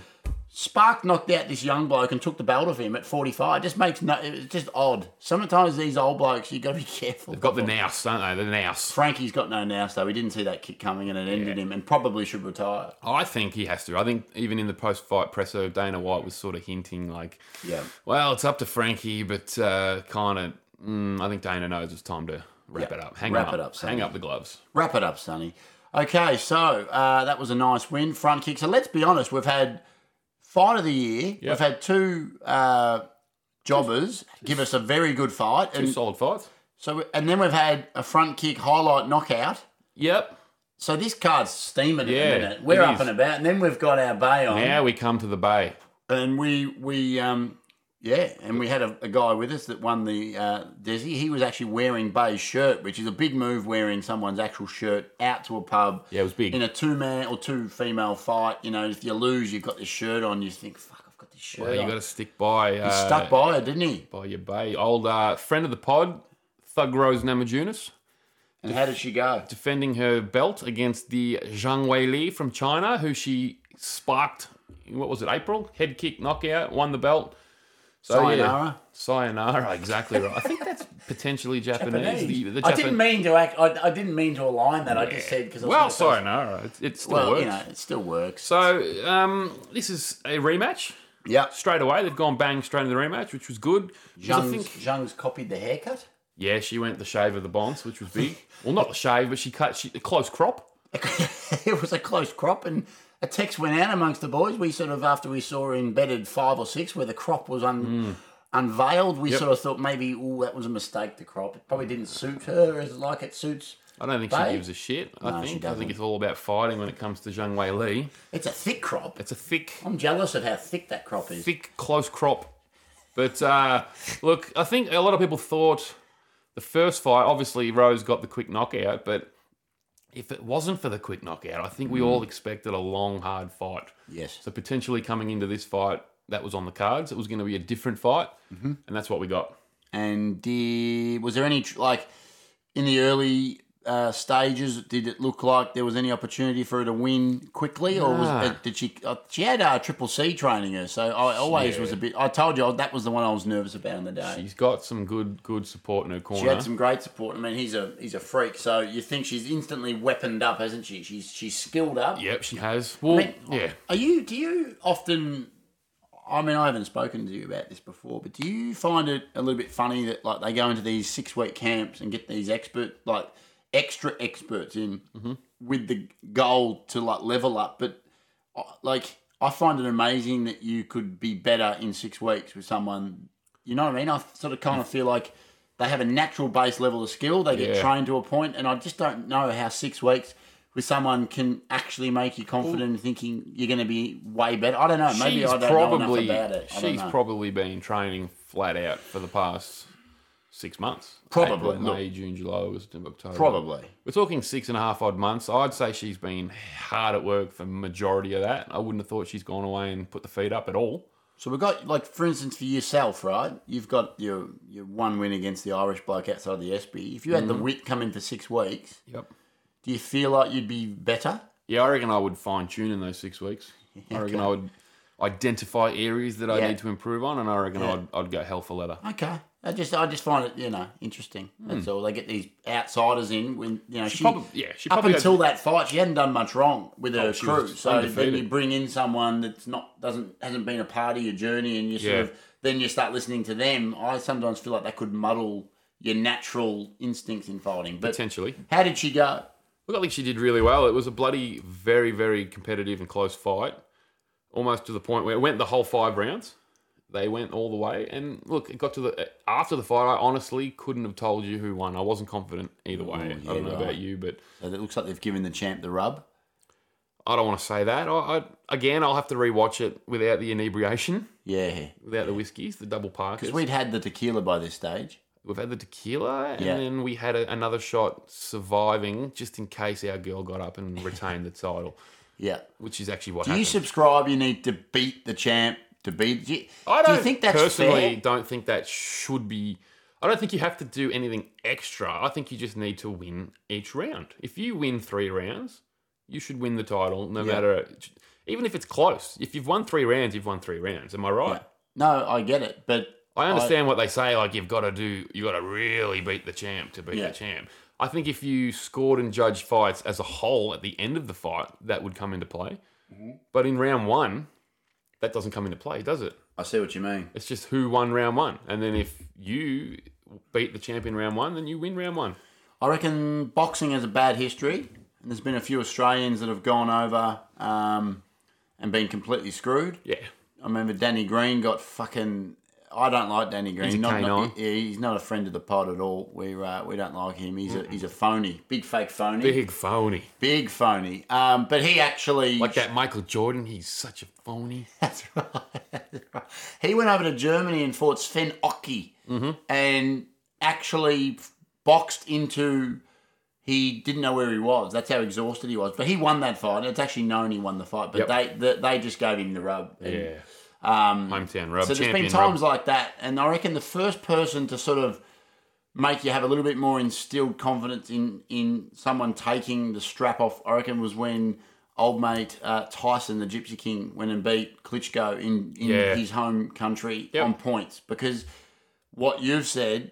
Speaker 1: Spark knocked out this young bloke and took the belt of him at 45. It just makes no, it's just odd. Sometimes these old blokes, you got to be (laughs) careful.
Speaker 2: Got the nous, don't they? The nous.
Speaker 1: Frankie's got no nous, though. We didn't see that kick coming and it ended him and probably should retire.
Speaker 2: I think he has to. I think even in the post-fight presser, Dana White was sort of hinting like,
Speaker 1: Yeah.
Speaker 2: "Well, it's up to Frankie," but uh, kind of. Mm, I think Dana knows it's time to wrap
Speaker 1: Yeah,
Speaker 2: it up. Hang
Speaker 1: wrap
Speaker 2: up.
Speaker 1: it up, son.
Speaker 2: Hang up the gloves.
Speaker 1: Wrap it up, Sonny. Okay, so uh, that was a nice win, front kick. So let's be honest, we've had fight of the year. We've had two uh, jobbers give us a very good fight.
Speaker 2: Two
Speaker 1: And,
Speaker 2: solid fights.
Speaker 1: so, and then we've had a front kick highlight knockout.
Speaker 2: Yep.
Speaker 1: So this card's steaming
Speaker 2: Yeah,
Speaker 1: at the minute. We're
Speaker 2: it
Speaker 1: up
Speaker 2: is.
Speaker 1: and about, and then we've got our bay on,
Speaker 2: Now we come to the bay.
Speaker 1: and we we um yeah, and we had a, a guy with us that won the uh, Desi. He was actually wearing Bay's shirt, which is a big move, wearing someone's actual shirt out to a pub
Speaker 2: Yeah, it was big.
Speaker 1: in a two man or two female fight. You know, if you lose, you've got this shirt on. You think, fuck, I've got this shirt.
Speaker 2: you
Speaker 1: on.
Speaker 2: got to stick by. Uh,
Speaker 1: Stuck by her, didn't he?
Speaker 2: by your bay. Old uh, friend of the pod, Thug Rose Namajunas,
Speaker 1: And how did she go?
Speaker 2: defending her belt against the Zhang Wei Li from China, who she sparked. in, What was it? April head kick knockout, won the belt. So, Yeah.
Speaker 1: Sayonara?
Speaker 2: Sayonara, exactly right. I think that's
Speaker 1: (laughs)
Speaker 2: potentially Japanese. The, the
Speaker 1: I
Speaker 2: Japan-
Speaker 1: didn't mean to act. I, I didn't mean to align that. I just said because
Speaker 2: Well, sayonara. It, it still
Speaker 1: Well,
Speaker 2: works.
Speaker 1: you know, it still works.
Speaker 2: So um, this is a rematch.
Speaker 1: Yeah.
Speaker 2: Straight away, they've gone bang straight into the rematch, which was good. 'Cause I
Speaker 1: Zhang's,
Speaker 2: think
Speaker 1: Zhang's copied the haircut.
Speaker 2: Yeah, she went the shave of the bonds, which was big. well, not the shave, but she cut she, a close crop.
Speaker 1: (laughs) it was a close crop, and a text went out amongst the boys. We sort of, after we saw embedded five or six, where the crop was un, unveiled, we sort of thought maybe, oh, that was a mistake. The crop it probably didn't suit her as like it suits.
Speaker 2: I don't think
Speaker 1: Babe?
Speaker 2: she gives a shit. I
Speaker 1: No, she
Speaker 2: think I
Speaker 1: doesn't.
Speaker 2: think it's all about fighting when it comes to Zhang Wei Li.
Speaker 1: It's a thick crop.
Speaker 2: It's a thick,
Speaker 1: I'm jealous of how thick that crop is.
Speaker 2: thick close crop. But uh, look, I think a lot of people thought the first fight. Obviously, Rose got the quick knockout, but if it wasn't for the quick knockout, I think we all expected a long, hard fight.
Speaker 1: Yes.
Speaker 2: So potentially coming into this fight, that was on the cards. It was going to be a different fight,
Speaker 1: Mm-hmm.
Speaker 2: and that's what we got.
Speaker 1: And did, was there any tr- like in the early? Uh, stages did it look like there was any opportunity for her to win quickly or was
Speaker 2: Nah.
Speaker 1: uh, did she uh, she had uh, triple c training her so i always was a bit i told you that was the one i was nervous about on the day
Speaker 2: She's got some good good support in her corner.
Speaker 1: She had some great support. I mean, he's a he's a freak. So you think she's instantly weaponed up, hasn't she? She's she's skilled up.
Speaker 2: Yep, she has. Well,
Speaker 1: mean-
Speaker 2: yeah.
Speaker 1: Are you? Do you often? I mean, I haven't spoken to you about this before, but do you find it a little bit funny that like they go into these six week camps and get these expert like extra experts in with the goal to like level up, but uh, like. I find it amazing that you could be better in six weeks with someone. You know what I mean? I sort of kind of feel like they have a natural base level of skill. They get
Speaker 2: Yeah.
Speaker 1: trained to a point, and I just don't know how six weeks with someone can actually make you confident in thinking you're going to be way better. I don't know. Maybe
Speaker 2: she's
Speaker 1: I don't
Speaker 2: probably
Speaker 1: know enough about it. I don't
Speaker 2: she's
Speaker 1: know.
Speaker 2: probably been training flat out for the past six months.
Speaker 1: Probably,
Speaker 2: April,
Speaker 1: look.
Speaker 2: May, June, July, August, and October.
Speaker 1: probably.
Speaker 2: We're talking six and a half odd months. I'd say she's been hard at work for majority of that. I wouldn't have thought she's gone away and put the feet up at all.
Speaker 1: So we've got like for instance for yourself, right? You've got your your one win against the Irish bloke outside the SB. If you had the
Speaker 2: Mm.
Speaker 1: wit come in for six weeks,
Speaker 2: Yep.
Speaker 1: do you feel like you'd be better?
Speaker 2: Yeah, I reckon I would fine tune in those six weeks. I reckon I would identify areas that I
Speaker 1: Yeah.
Speaker 2: need to improve on, and I reckon
Speaker 1: Yeah. Uh,
Speaker 2: I'd, I'd go hell for leather.
Speaker 1: Okay. I just I just find it you know interesting. That's all. They get these outsiders in when you know she,
Speaker 2: probab- yeah, Hmm. she
Speaker 1: up
Speaker 2: probably Oh,
Speaker 1: until that fight she hadn't done much wrong with her
Speaker 2: she
Speaker 1: crew.
Speaker 2: was
Speaker 1: So then
Speaker 2: undefeated.
Speaker 1: you bring in someone that's not doesn't hasn't been a part of your journey, and you sort
Speaker 2: Yeah.
Speaker 1: of then you start listening to them. I sometimes feel like that could muddle your natural instincts in fighting. But
Speaker 2: Potentially.
Speaker 1: how did she go?
Speaker 2: Look, I think she did really well. It was a bloody, very, very competitive and close fight, almost to the point where it went the whole five rounds. They went all the way, and look, it got to the after the fight. I honestly couldn't have told you who won. I wasn't confident either way. I don't know
Speaker 1: right.
Speaker 2: about you, but
Speaker 1: So it looks like they've given the champ the rub.
Speaker 2: I don't want to say that. I, I again, I'll have to rewatch it without the inebriation,
Speaker 1: Yeah,
Speaker 2: without the whiskies, the double parkers.
Speaker 1: because we'd had the tequila by this stage.
Speaker 2: We've had the tequila, and
Speaker 1: Yeah.
Speaker 2: then we had a, another shot surviving just in case our girl got up and retained the title,
Speaker 1: Yeah.
Speaker 2: which is actually what
Speaker 1: Do you
Speaker 2: happened.
Speaker 1: subscribe? You need to beat the champ to beat. Do you,
Speaker 2: I
Speaker 1: do
Speaker 2: don't
Speaker 1: you think that's
Speaker 2: personally
Speaker 1: fair?
Speaker 2: don't think that should be. I don't think you have to do anything extra. I think you just need to win each round. If you win three rounds, you should win the title, no matter even if it's close. If you've won three rounds, you've won three rounds. Am I right?
Speaker 1: No, I get it, but
Speaker 2: I understand what they say. Like you've got to do, you got to really beat the champ to beat
Speaker 1: Yeah.
Speaker 2: the champ. I think if you scored and judged fights as a whole at the end of the fight, that would come into play.
Speaker 1: Mm-hmm.
Speaker 2: But in round one, that doesn't come into play, does it?
Speaker 1: I see what you mean.
Speaker 2: It's just who won round one, and then if you beat the champ in round one, then you win round one.
Speaker 1: I reckon boxing has a bad history, and there's been a few Australians that have gone over um, and been completely screwed.
Speaker 2: Yeah,
Speaker 1: I remember Danny Green got fucking. I don't like Danny Green.
Speaker 2: a
Speaker 1: not, not-
Speaker 2: canine.
Speaker 1: he- he's not a friend of the pod at all. We uh, we don't like him. He's a he's a phony, big fake phony, big,
Speaker 2: big phony.
Speaker 1: phony. Um, but he actually
Speaker 2: Like that Michael Jordan, he's such a phony.
Speaker 1: (laughs) That's right. he went over to Germany and fought Sven Oki and actually boxed into. He didn't know where he was. That's how exhausted he was. But he won that fight. It's actually known he won the fight, but they, they they just gave him the rub. And,
Speaker 2: Yeah,
Speaker 1: Um,
Speaker 2: hometown rub,
Speaker 1: so there's
Speaker 2: champion
Speaker 1: been times like that, and I reckon the first person to sort of make you have a little bit more instilled confidence in in someone taking the strap off, I reckon was when old mate uh, Tyson, the Gypsy King, went and beat Klitschko in in
Speaker 2: Yeah.
Speaker 1: his home country
Speaker 2: Yep.
Speaker 1: on points because what you've said.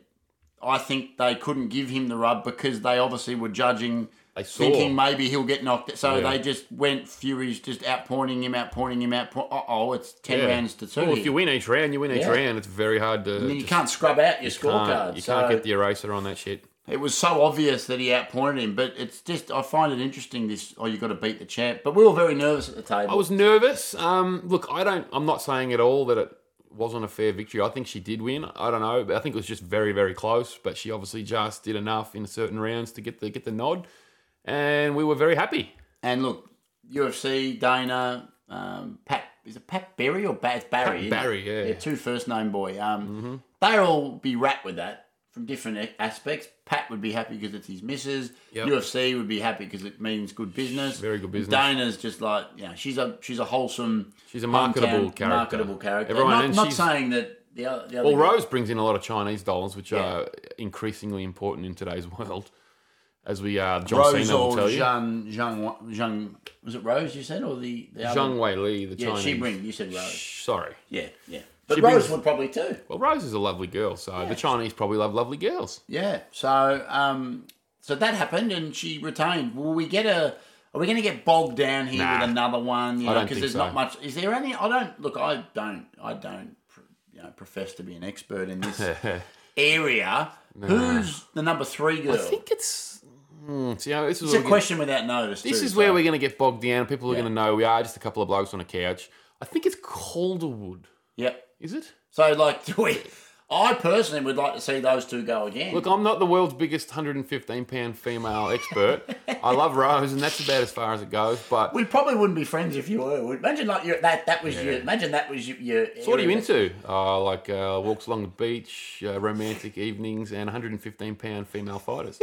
Speaker 1: I think they couldn't give him the rub because they obviously were judging,
Speaker 2: They saw.
Speaker 1: thinking maybe he'll get knocked. So
Speaker 2: Yeah.
Speaker 1: they just went Fury's just outpointing him, outpointing him, outpointing. Uh oh, it's ten
Speaker 2: Yeah.
Speaker 1: rounds to two.
Speaker 2: Well,
Speaker 1: here.
Speaker 2: if you win each round, you win each
Speaker 1: Yeah.
Speaker 2: round. It's very hard to.
Speaker 1: And then you
Speaker 2: just-
Speaker 1: can't scrub out your
Speaker 2: can't-
Speaker 1: scorecard.
Speaker 2: you
Speaker 1: So
Speaker 2: can't get the eraser on that shit.
Speaker 1: it was so obvious that he outpointed him, but it's just I find it interesting. This oh, you got to beat the champ. But we were very nervous at the table.
Speaker 2: I was nervous. Um, look, I don't. I'm not saying at all that it wasn't a fair victory. I think she did win. I don't know. But I think it was just very, very close. But she obviously just did enough in certain rounds to get the get the nod, and we were very happy.
Speaker 1: and look, UFC Dana um, Pat is it Pat Berry or Bat it's Barry? isn't it?
Speaker 2: Barry, yeah. Mm-hmm.
Speaker 1: two first name boy. Um, they all be rat with that from different a- aspects. Pat would be happy because it's his missus.
Speaker 2: Yep.
Speaker 1: UFC would be happy because it means good business.
Speaker 2: Very good business.
Speaker 1: Dana's just like you know, she's a she's a wholesome.
Speaker 2: She's a marketable
Speaker 1: hometown-
Speaker 2: character.
Speaker 1: Marketable character.
Speaker 2: Everyone-
Speaker 1: not,
Speaker 2: and
Speaker 1: not
Speaker 2: she's-
Speaker 1: saying that the other. The other
Speaker 2: Well,
Speaker 1: guy-
Speaker 2: Rose brings in a lot of Chinese dollars, which
Speaker 1: Yeah.
Speaker 2: are increasingly important in today's (laughs) world. As we uh, John
Speaker 1: Rose
Speaker 2: Cena will
Speaker 1: or
Speaker 2: tell you,
Speaker 1: Zhang, Zhang, Zhang, was it Rose you said or the, the other?
Speaker 2: Zhang Wei Li, the
Speaker 1: Yeah,
Speaker 2: Chinese.
Speaker 1: she brings. You said Rose.
Speaker 2: Sorry.
Speaker 1: Yeah, yeah. But
Speaker 2: She
Speaker 1: Rose
Speaker 2: brings-
Speaker 1: would probably too.
Speaker 2: Well, Rose is a lovely girl, so the Chinese probably love lovely girls.
Speaker 1: Yeah. So, um, so that happened, and she retained. Will we get a? Are we going to get bogged down here
Speaker 2: Nah.
Speaker 1: with another one? You know,
Speaker 2: I don't
Speaker 1: because
Speaker 2: think
Speaker 1: there's
Speaker 2: so.
Speaker 1: not much. Is there any? I don't look. I don't. I don't. pr- You know, profess to be an expert in this area. Who's the number three girl?
Speaker 2: I think it's. Hmm, see, this is
Speaker 1: it's
Speaker 2: what
Speaker 1: a
Speaker 2: we-
Speaker 1: question without notice.
Speaker 2: This
Speaker 1: too,
Speaker 2: is
Speaker 1: so-
Speaker 2: where we're going to get bogged down. People are going to know we are just a couple of blokes on a couch. I think it's Calderwood,
Speaker 1: Yep.
Speaker 2: is it?
Speaker 1: So, like, (laughs) do we? I personally would like to see those two go again.
Speaker 2: Look, I'm not the world's biggest 115 pound female
Speaker 1: (laughs)
Speaker 2: expert. I love Rose, and that's about as far as it goes. But
Speaker 1: we probably wouldn't be friends if you were. Imagine like your, that. That was your. Imagine that was your. your
Speaker 2: so what are you into? Uh, like uh, walks along the beach, uh, romantic evenings, and 115 pound female fighters.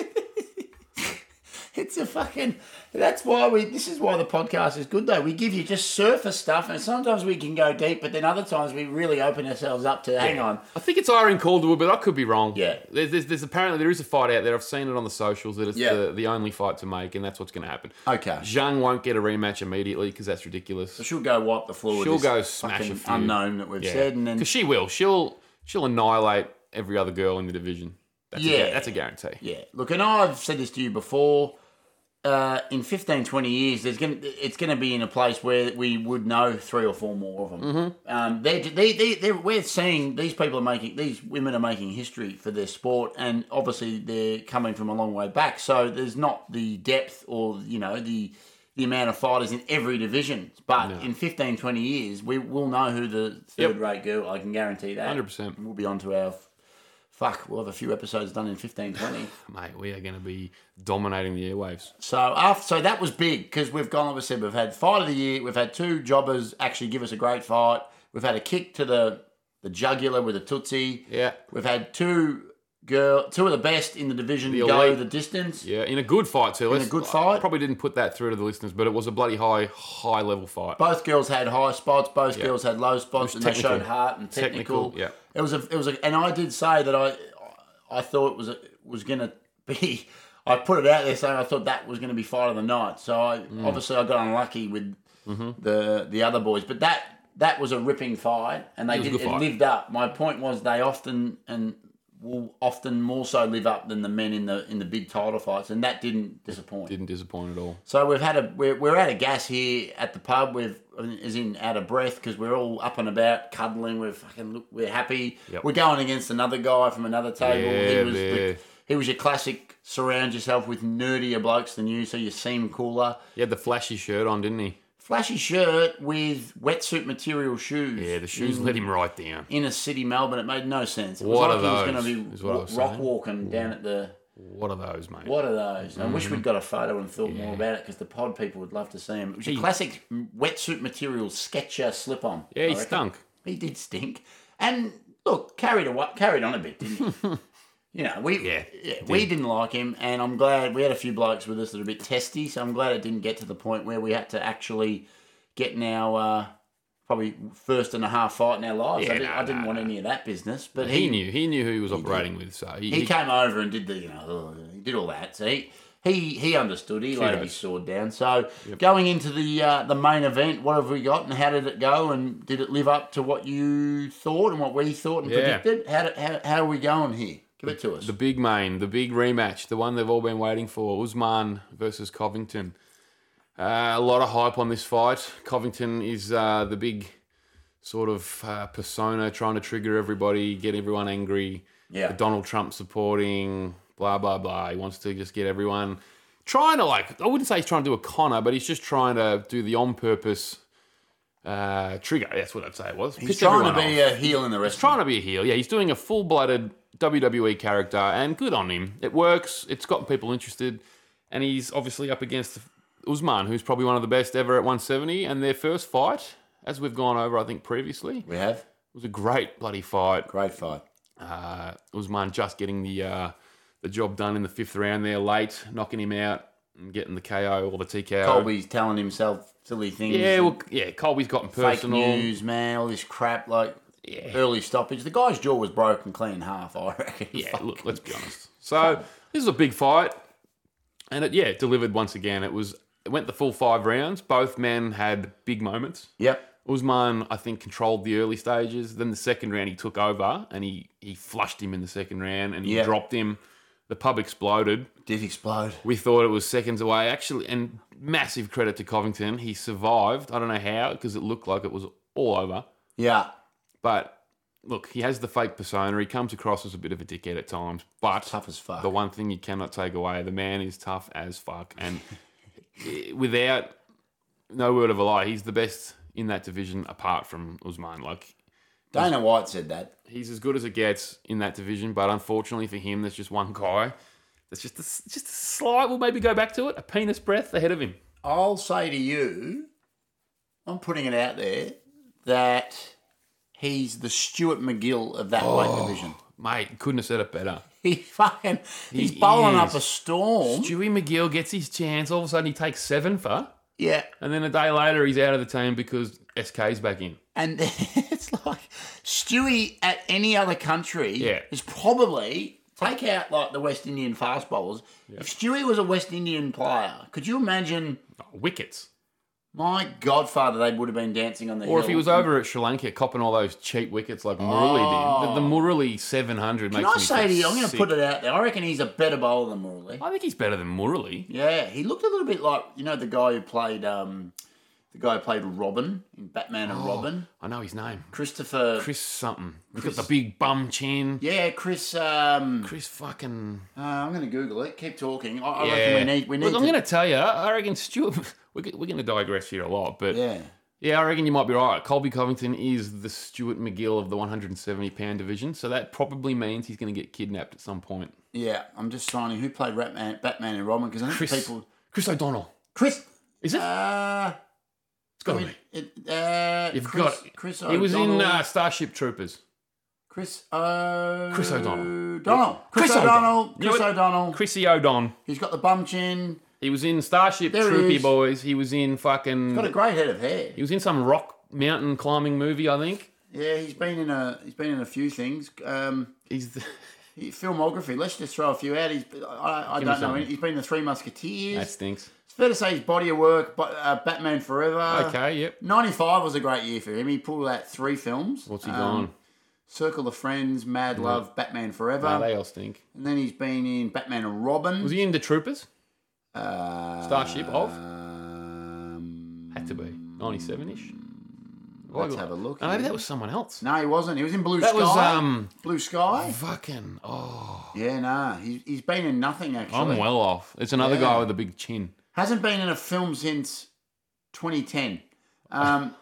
Speaker 1: It's a fucking. That's why we. This is why the podcast is good, though. We give you just surface stuff, and sometimes we can go deep, but then other times we really open ourselves up to. Hang on,
Speaker 2: I think it's Irene Calderwood, but I could be wrong.
Speaker 1: Yeah.
Speaker 2: There's, there's, there's apparently there is a fight out there. I've seen it on the socials that it's
Speaker 1: Yeah. Uh,
Speaker 2: the, the only fight to make, and that's what's going to happen.
Speaker 1: Okay.
Speaker 2: Zhang won't get a rematch immediately because that's ridiculous.
Speaker 1: she'll go wipe the floor.
Speaker 2: She'll
Speaker 1: with
Speaker 2: go
Speaker 1: this
Speaker 2: smash
Speaker 1: fucking
Speaker 2: a few.
Speaker 1: unknown that we've
Speaker 2: Yeah.
Speaker 1: said, and then
Speaker 2: 'Cause she will. She'll she'll annihilate every other girl in the division. That's A,
Speaker 1: Yeah.
Speaker 2: gu- that's a guarantee.
Speaker 1: Yeah. Look, and I've said this to you before. Uh, in 15, 20 years, there's gonna it's gonna be in a place where we would know three or four more of them. Um, they're, they they they're, we're seeing these people are making these women are making history for their sport, and obviously they're coming from a long way back. So there's not the depth or you know the the amount of fighters in every division. But in 15, 20 years, we will know who the third rate girl. I can guarantee that.
Speaker 2: 100%.
Speaker 1: And We'll be on to our fuck. We'll have a few episodes done in 15, 20.
Speaker 2: Mate, we are going to be dominating the airwaves.
Speaker 1: So after, so that was big because we've gone. Like we said, we've had fight of the year. We've had two jobbers actually give us a great fight. We've had a kick to the the jugular with a tootsie.
Speaker 2: Yeah.
Speaker 1: We've had two girl, two of the best in the division
Speaker 2: The
Speaker 1: go
Speaker 2: elite.
Speaker 1: the distance.
Speaker 2: Yeah, in a good fight too. In
Speaker 1: a good fight.
Speaker 2: probably didn't put that through to the listeners, but it was a bloody high, high level fight.
Speaker 1: Both girls had high spots. Both girls had low spots, and they
Speaker 2: technical.
Speaker 1: showed heart and technical.
Speaker 2: Technical, yeah.
Speaker 1: It was a, it was a, and I did say that I, I thought it was a, was gonna be. (laughs) I put it out there saying I thought that was going to be fight of the night. So I
Speaker 2: Mm.
Speaker 1: obviously I got unlucky with
Speaker 2: Mm-hmm.
Speaker 1: the the other boys, but that that was a ripping fight, and they
Speaker 2: was a
Speaker 1: did
Speaker 2: good
Speaker 1: it
Speaker 2: fight.
Speaker 1: lived up. My point was they often and will often more so live up than the men in the in the big title fights, and that didn't disappoint.
Speaker 2: Didn't disappoint at all.
Speaker 1: So we've had a we're, we're out of gas here at the pub. We've is in out of breath because we're all up and about cuddling. We're fucking look, we're happy.
Speaker 2: Yep.
Speaker 1: We're going against another guy from another table.
Speaker 2: Yeah,
Speaker 1: he was
Speaker 2: yeah.
Speaker 1: the, he was your classic. Surround yourself with nerdier blokes than you, so you seem cooler.
Speaker 2: He had the flashy shirt on, didn't he?
Speaker 1: Flashy shirt with wetsuit material shoes.
Speaker 2: Yeah, the shoes
Speaker 1: in
Speaker 2: let him right down.
Speaker 1: inner city Melbourne. It made no sense. It was
Speaker 2: What
Speaker 1: like
Speaker 2: are
Speaker 1: he was
Speaker 2: those,
Speaker 1: going to
Speaker 2: is
Speaker 1: be
Speaker 2: what I
Speaker 1: wa-
Speaker 2: was
Speaker 1: rock
Speaker 2: saying.
Speaker 1: walking down at the.
Speaker 2: What are those, mate?
Speaker 1: What are those? I wish
Speaker 2: Mm.
Speaker 1: we'd got a photo and thought more about it because the pod people would love to see him. It was a classic wetsuit material sketcher slip on.
Speaker 2: Yeah, he stunk.
Speaker 1: He did stink, and look, carried away, carried on a bit, didn't
Speaker 2: (laughs)
Speaker 1: he? you know, we
Speaker 2: Yeah,
Speaker 1: we didn't like him, and I'm glad we had a few blokes with us that are a bit testy. So I'm glad it didn't get to the point where we had to actually get in our uh, probably first and a half fight in our lives. I,
Speaker 2: Yeah,
Speaker 1: did,
Speaker 2: no,
Speaker 1: I didn't
Speaker 2: no,
Speaker 1: want any of that business, but
Speaker 2: He
Speaker 1: he
Speaker 2: knew. He knew who he was operating with. So he,
Speaker 1: he
Speaker 2: he-
Speaker 1: came over and did the you know oh, he did all that. So he he, he understood. He laid
Speaker 2: knows.
Speaker 1: his sword down. So going into the uh, the main event, what have we got and how did it go? And did it live up to what you thought and what we thought and
Speaker 2: Yeah.
Speaker 1: predicted? How, did- how how are we going here? Give it to us.
Speaker 2: the big main, the big rematch, the one they've all been waiting for: Usman versus Covington. Uh, a lot of hype on this fight. Covington is uh, the big sort of uh, persona, trying to trigger everybody, get everyone angry.
Speaker 1: yeah.
Speaker 2: the Donald Trump supporting, blah blah blah. He wants to just get everyone trying to like. I wouldn't say he's trying to do a Connor, but he's just trying to do the on purpose uh, trigger. That's what I'd say it was.
Speaker 1: He's trying to be a heel in the restaurant.
Speaker 2: trying to be a heel. Yeah, he's doing a full blooded WWE E character, and good on him. It works. It's gotten people interested, and he's obviously up against Usman, who's probably one of the best ever at 170. And their first fight, as we've gone over, I think previously,
Speaker 1: We have
Speaker 2: was a great bloody fight
Speaker 1: great fight.
Speaker 2: uh, Usman just getting the uh, the job done in the fifth round there, late, knocking him out and getting the KO or the TKO.
Speaker 1: Colby's telling himself silly things.
Speaker 2: Yeah,
Speaker 1: and
Speaker 2: well, yeah, Colby's gotten
Speaker 1: fake
Speaker 2: personal.
Speaker 1: news, man. All this crap like. Early stoppage. The guy's jaw was broken clean in half, I reckon.
Speaker 2: Yeah, look, let's be honest. So this is a big fight, and it yeah it delivered once again. It was it went the full five rounds. Both men had big moments.
Speaker 1: Yep.
Speaker 2: Usman, I think, controlled the early stages. Then the second round, he took over and he he flushed him in the second round and he
Speaker 1: Yeah.
Speaker 2: dropped him. The pub exploded.
Speaker 1: Did explode.
Speaker 2: We thought it was seconds away, actually, and massive credit to Covington. He survived. I don't know how, because it looked like it was all over.
Speaker 1: Yeah.
Speaker 2: But look, he has the fake persona. He comes across as a bit of a dickhead at times. But
Speaker 1: Tough as fuck.
Speaker 2: the one thing you cannot take away, the man is tough as fuck. And (laughs) without no word of a lie, he's the best in that division apart from Usman. Like,
Speaker 1: Dana White said that.
Speaker 2: he's as good as it gets in that division, but unfortunately for him, there's just one guy. That's just a, just a slight, we'll maybe go back to it, a penis breath ahead of him.
Speaker 1: I'll say to you, I'm putting it
Speaker 2: Oh.
Speaker 1: out there that he's the Stuart McGill of that weight division. (laughs)
Speaker 2: mate, couldn't have said it better.
Speaker 1: He fucking he's
Speaker 2: He
Speaker 1: bowling
Speaker 2: is.
Speaker 1: up a storm.
Speaker 2: Stewie McGill gets his chance. All of a sudden, he takes seven for,
Speaker 1: Yeah,
Speaker 2: and then a day later, he's out of the team because SK's back in.
Speaker 1: and (laughs) it's like Stewie at any other country
Speaker 2: Yeah.
Speaker 1: is probably take out like the West Indian fast bowlers. If Stewie was a West Indian player, could you imagine?
Speaker 2: Oh, wickets.
Speaker 1: My godfather, they would have been dancing on the
Speaker 2: Or if he was over at Sri Lanka copping all those cheap wickets like Murali did, the, the Murali
Speaker 1: Oh.
Speaker 2: 700
Speaker 1: Can
Speaker 2: makes
Speaker 1: I
Speaker 2: me
Speaker 1: say to you,
Speaker 2: feel
Speaker 1: I'm going to
Speaker 2: sick.
Speaker 1: put it out there. I reckon he's a better bowler than Morley.
Speaker 2: I think he's better than Murali.
Speaker 1: Yeah, he looked a little bit like you know the guy who played um, the guy who played Robin in Batman and Robin,
Speaker 2: I know his name.
Speaker 1: Christopher.
Speaker 2: Oh. Chris something. He's got the big bum chin.
Speaker 1: yeah, Chris. Um,
Speaker 2: Chris fucking.
Speaker 1: uh, I'm going to Google it. Keep talking. I, I reckon we need. We need.
Speaker 2: Look,
Speaker 1: to,
Speaker 2: I'm going to tell you, I reckon Stuart. (laughs) We're, g- we're going to digress here a lot, but yeah.
Speaker 1: Yeah.
Speaker 2: I reckon you might be right. Colby Covington is the Stuart McGill of the 170 pound division, so that probably means he's going to get kidnapped at some point.
Speaker 1: Yeah, I'm just signing. Who played Batman, Batman and Robin? Because I think
Speaker 2: Chris,
Speaker 1: people.
Speaker 2: Chris O'Donnell.
Speaker 1: Chris.
Speaker 2: Is it?
Speaker 1: Uh,
Speaker 2: it's got to be.
Speaker 1: it, uh,
Speaker 2: You've
Speaker 1: Chris,
Speaker 2: got it.
Speaker 1: Chris.
Speaker 2: He was in
Speaker 1: O'Donnell.
Speaker 2: uh, Starship Troopers.
Speaker 1: Chris. O-
Speaker 2: Chris O'Donnell.
Speaker 1: O'Donnell. Chris,
Speaker 2: Chris
Speaker 1: O'Donnell.
Speaker 2: O'Donnell. You
Speaker 1: Chris
Speaker 2: know what?
Speaker 1: O'Donnell.
Speaker 2: Chrissy E. O'Don.
Speaker 1: He's got the bum chin.
Speaker 2: He was in Starship
Speaker 1: There he
Speaker 2: Troopy
Speaker 1: is.
Speaker 2: Boys. He was in fucking.
Speaker 1: Got a great head of hair.
Speaker 2: He was in some rock mountain climbing movie, I think.
Speaker 1: Yeah, he's been in a he's been in a few things. Um,
Speaker 2: He's the,
Speaker 1: he- filmography. Let's just throw a few out. He's I, I
Speaker 2: me
Speaker 1: don't know.
Speaker 2: something.
Speaker 1: He's been in the Three Musketeers.
Speaker 2: (laughs) that stinks.
Speaker 1: It's fair to say his body of work, but uh, Batman Forever.
Speaker 2: Okay, yep.
Speaker 1: Ninety-five was a great year for him. He pulled out three films.
Speaker 2: What's he
Speaker 1: Um,
Speaker 2: gone?
Speaker 1: Circle of Friends, Mad Love, Batman Forever,
Speaker 2: No, they all stink.
Speaker 1: and then he's been in Batman and Robin.
Speaker 2: Was he in the Troopers?
Speaker 1: uh,
Speaker 2: Starship of?
Speaker 1: Um,
Speaker 2: Had to be ninety-seven ish.
Speaker 1: Let's have a look
Speaker 2: Oh, maybe
Speaker 1: here.
Speaker 2: that was someone else.
Speaker 1: no, he wasn't. He was in Blue
Speaker 2: That
Speaker 1: Sky.
Speaker 2: was um
Speaker 1: Blue Sky.
Speaker 2: fucking. Oh,
Speaker 1: Yeah, nah. He, he's been in nothing actually.
Speaker 2: I'm well off. It's another
Speaker 1: Yeah.
Speaker 2: guy with a big chin.
Speaker 1: Hasn't been in a film since 2010. Um,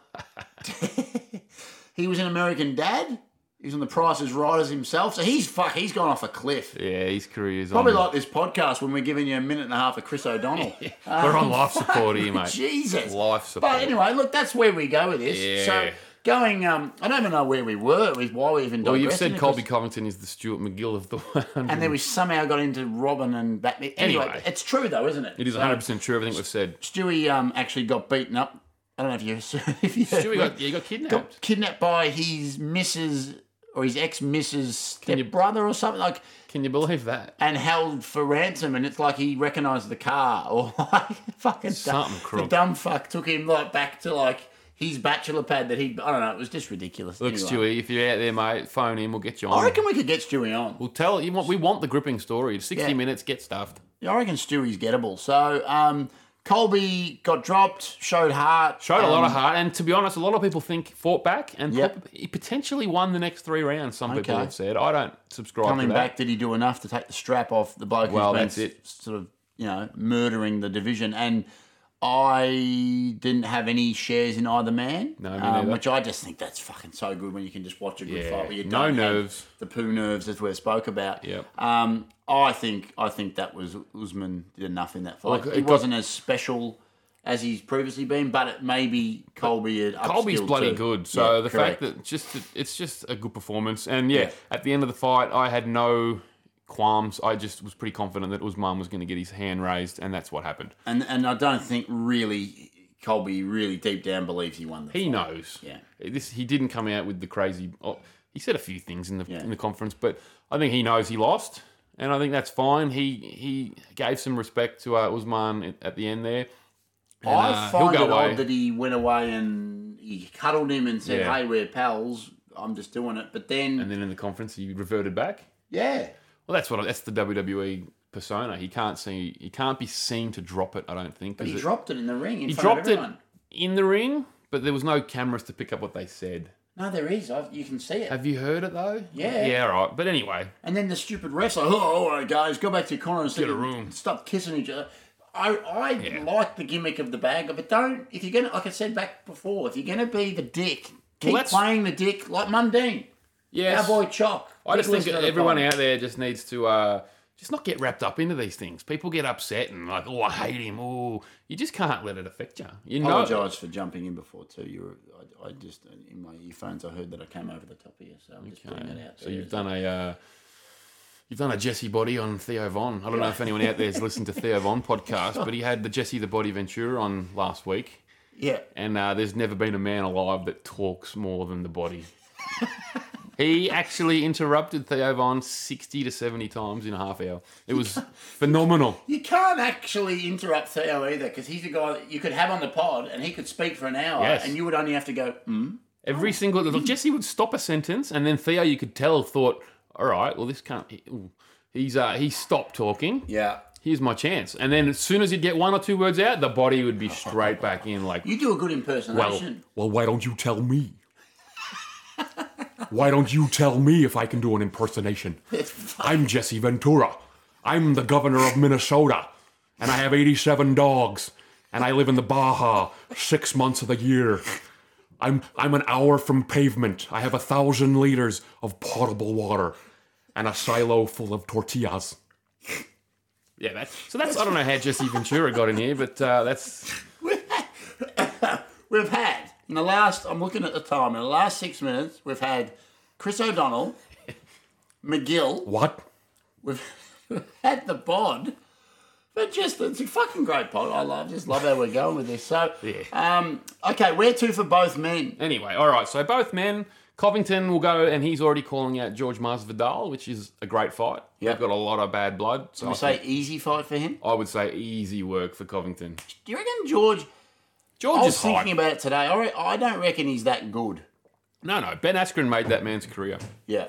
Speaker 1: (laughs) he was an American Dad. He was on The Price is Right as himself. So he's fuck. He's gone off a cliff.
Speaker 2: Yeah, his career's
Speaker 1: Probably
Speaker 2: on.
Speaker 1: like this podcast when we're giving you a minute and a half of Chris
Speaker 2: (laughs)
Speaker 1: O'Donnell.
Speaker 2: We're on life
Speaker 1: (laughs)
Speaker 2: support here, mate.
Speaker 1: um, Jesus.
Speaker 2: Life support.
Speaker 1: But anyway, look, that's where we go with this. So
Speaker 2: Yeah.
Speaker 1: going, um, I don't even know where we were with why we even.
Speaker 2: well, you've
Speaker 1: digressing,
Speaker 2: said Colby
Speaker 1: because-
Speaker 2: Covington is the Stuart McGill of the 100.
Speaker 1: and then we somehow got into Robin and Batman. Anyway,
Speaker 2: Anyway.
Speaker 1: it's true though, isn't it?
Speaker 2: It is 100 percent true. Everything we've said.
Speaker 1: Stewie um, actually got beaten up. I don't know if you (laughs) if you
Speaker 2: Stewie (laughs) got yeah, he got kidnapped.
Speaker 1: kidnapped by his missus or his ex missus stepbrother or something like,
Speaker 2: Can you believe that?
Speaker 1: and held for ransom. And it's like he recognised the car (laughs) or like fucking
Speaker 2: Something
Speaker 1: dumb, the
Speaker 2: crook.
Speaker 1: dumb fuck took him like back to like his bachelor pad that he I don't know. It was just ridiculous.
Speaker 2: Look,
Speaker 1: Anyway.
Speaker 2: Stewie, if you're out there, mate, phone in. We'll get you on.
Speaker 1: I reckon we could get Stewie on.
Speaker 2: We'll tell you want we want the gripping story. Sixty
Speaker 1: Yeah.
Speaker 2: minutes, get stuffed.
Speaker 1: I reckon Stewie's gettable. So um, Colby got dropped, showed heart, um,
Speaker 2: Showed a lot of heart, and to be honest, a lot of people think fought back and
Speaker 1: Yep.
Speaker 2: prob- he potentially won the next three rounds. Some people
Speaker 1: Okay.
Speaker 2: have said. I don't subscribe
Speaker 1: coming
Speaker 2: to that.
Speaker 1: back, did he do enough to take the strap off the bloke
Speaker 2: Well,
Speaker 1: who's been
Speaker 2: that's it.
Speaker 1: sort of, you know, murdering the division? And I didn't have any shares in either man. um,
Speaker 2: No, me neither.
Speaker 1: Which I just think that's fucking so good when you can just watch a good
Speaker 2: Yeah,
Speaker 1: fight where you
Speaker 2: no
Speaker 1: don't have
Speaker 2: nerves.
Speaker 1: the poo nerves as we spoke about.
Speaker 2: Yep.
Speaker 1: Um, I think I think that was Usman did enough in that fight.
Speaker 2: Look,
Speaker 1: it
Speaker 2: it got-
Speaker 1: wasn't as special as he's previously been, but it maybe Colby had
Speaker 2: Colby's
Speaker 1: upskilled
Speaker 2: bloody
Speaker 1: too.
Speaker 2: good. So
Speaker 1: Yeah,
Speaker 2: the
Speaker 1: correct.
Speaker 2: fact that just it's just a good performance, and yeah, at the end of the fight, I had no qualms. I just was pretty confident that Usman was going to get his hand raised, and that's what happened.
Speaker 1: and and I don't think really Colby really deep down believes he won the
Speaker 2: He knows.
Speaker 1: Yeah.
Speaker 2: This he didn't come out with the crazy. Oh, he said a few things in the
Speaker 1: Yeah.
Speaker 2: in the conference, but I think he knows he lost, and I think that's fine. He he gave some respect to uh, Usman at- at the end there. And,
Speaker 1: I
Speaker 2: uh, he'll
Speaker 1: find
Speaker 2: go
Speaker 1: it
Speaker 2: away.
Speaker 1: odd that he went away and he cuddled him and said,
Speaker 2: Yeah.
Speaker 1: "Hey, we're pals. I'm just doing it." But then,
Speaker 2: And then in the conference, he reverted back.
Speaker 1: yeah,
Speaker 2: Well, that's what that's the WWE persona. He can't see. He can't be seen to drop it. I don't think.
Speaker 1: but he
Speaker 2: 'cause it-
Speaker 1: dropped it in the ring. In
Speaker 2: he
Speaker 1: front
Speaker 2: dropped
Speaker 1: of
Speaker 2: it
Speaker 1: everyone.
Speaker 2: in the ring, but there was no cameras to pick up what they said.
Speaker 1: No, there is. I've, you can see it.
Speaker 2: Have you heard it though?
Speaker 1: Yeah.
Speaker 2: Yeah. All right. But anyway,
Speaker 1: And then the stupid refs like, "Oh, all right, guys, go back to your corner and sit
Speaker 2: a
Speaker 1: and
Speaker 2: room."
Speaker 1: Stop kissing each other." I, I like the gimmick of the bag, but don't if you're gonna like I said back before, if you're gonna be the dick, keep
Speaker 2: that's-
Speaker 1: playing the dick like Mundine,
Speaker 2: yes.
Speaker 1: our boy Chalk.
Speaker 2: I just
Speaker 1: Nicholas
Speaker 2: think that
Speaker 1: Notapolis.
Speaker 2: everyone out there just needs to uh, just not get wrapped up into these things. People get upset and like, oh, I hate him. Oh, you just can't let it affect you. You know,
Speaker 1: Apologise for jumping in before too. You were, I, I just in my earphones I heard that I came over the top of you, so I'm just putting that out.
Speaker 2: So you've done a uh, you've done a Jesse body on Theo Von. I don't know if anyone out there's listened to Theo Von podcast, but he had the Jesse the Body Ventura on last week,
Speaker 1: yeah.
Speaker 2: and uh, there's never been a man alive that talks more than the body. he actually interrupted Theo Von sixty to seventy times in a half hour. It was phenomenal.
Speaker 1: You can't actually interrupt Theo either because he's a guy that you could have on the pod and he could speak for an hour
Speaker 2: Yes.
Speaker 1: and you would only have to go, hmm.
Speaker 2: Every single look, Jesse would stop a sentence, and then Theo, you could tell, thought, "All right, well, this can't." He, ooh." he's uh, he stopped talking.
Speaker 1: Yeah.
Speaker 2: here's my chance. And then as soon as he'd get one or two words out, the body would
Speaker 1: (laughs)
Speaker 2: be straight back in, like,
Speaker 1: You do a good
Speaker 2: well,
Speaker 1: impersonation.
Speaker 2: well, why don't you tell me? (laughs) why don't you tell me if I can do an impersonation?
Speaker 1: (laughs)
Speaker 2: I'm Jesse Ventura. I'm the governor of Minnesota, and I have 87 dogs, and I live in the Baja six months of the year. I'm I'm an hour from pavement. I have a thousand liters of potable water, and a silo full of tortillas. Yeah, that's so. That's I don't know how Jesse Ventura got in here, but uh, that's
Speaker 1: we've had, in the last, I'm looking at the time, in the last six minutes, we've had Chris O'Donnell, (laughs) McGill,
Speaker 2: what.
Speaker 1: we've (laughs) had the bod. But just, it's a fucking great pod. I love, just love how we're going with this. So,
Speaker 2: Yeah.
Speaker 1: um, okay, where to for both men?
Speaker 2: Anyway, all right. So both men, Covington will go, and he's already calling out George Masvidal, which is a great fight.
Speaker 1: Yeah.
Speaker 2: They've got a lot of bad blood. So I,
Speaker 1: You
Speaker 2: think-
Speaker 1: say easy fight for him?
Speaker 2: I would say easy work for Covington.
Speaker 1: Do you reckon George
Speaker 2: George
Speaker 1: I
Speaker 2: is
Speaker 1: was
Speaker 2: hot.
Speaker 1: thinking about it today. I, re- I don't reckon he's that good.
Speaker 2: no, no. Ben Askren made that man's career.
Speaker 1: Yeah.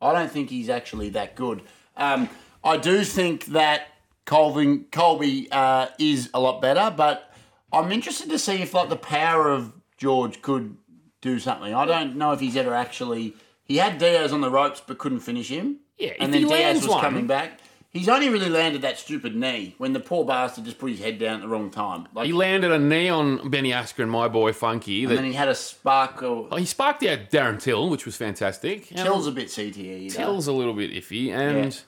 Speaker 1: I don't think he's actually that good. Um, I do think that Colvin, Colby uh, is a lot better, but I'm interested to see if like the power of George could do something. I don't know if he's ever actually. He had Diaz on the ropes but couldn't finish him.
Speaker 2: Yeah, if
Speaker 1: and then
Speaker 2: he
Speaker 1: Diaz
Speaker 2: lands
Speaker 1: was
Speaker 2: one-
Speaker 1: coming back. He's only really landed that stupid knee when the poor bastard just put his head down at the wrong time. Like,
Speaker 2: He landed a knee on Benny Askren, my boy Funky.
Speaker 1: and then
Speaker 2: That
Speaker 1: he had a sparkle.
Speaker 2: he sparked out Darren Till, which was fantastic. And
Speaker 1: Till's a bit CTE. you know.
Speaker 2: Till's a little bit iffy, and
Speaker 1: Yeah.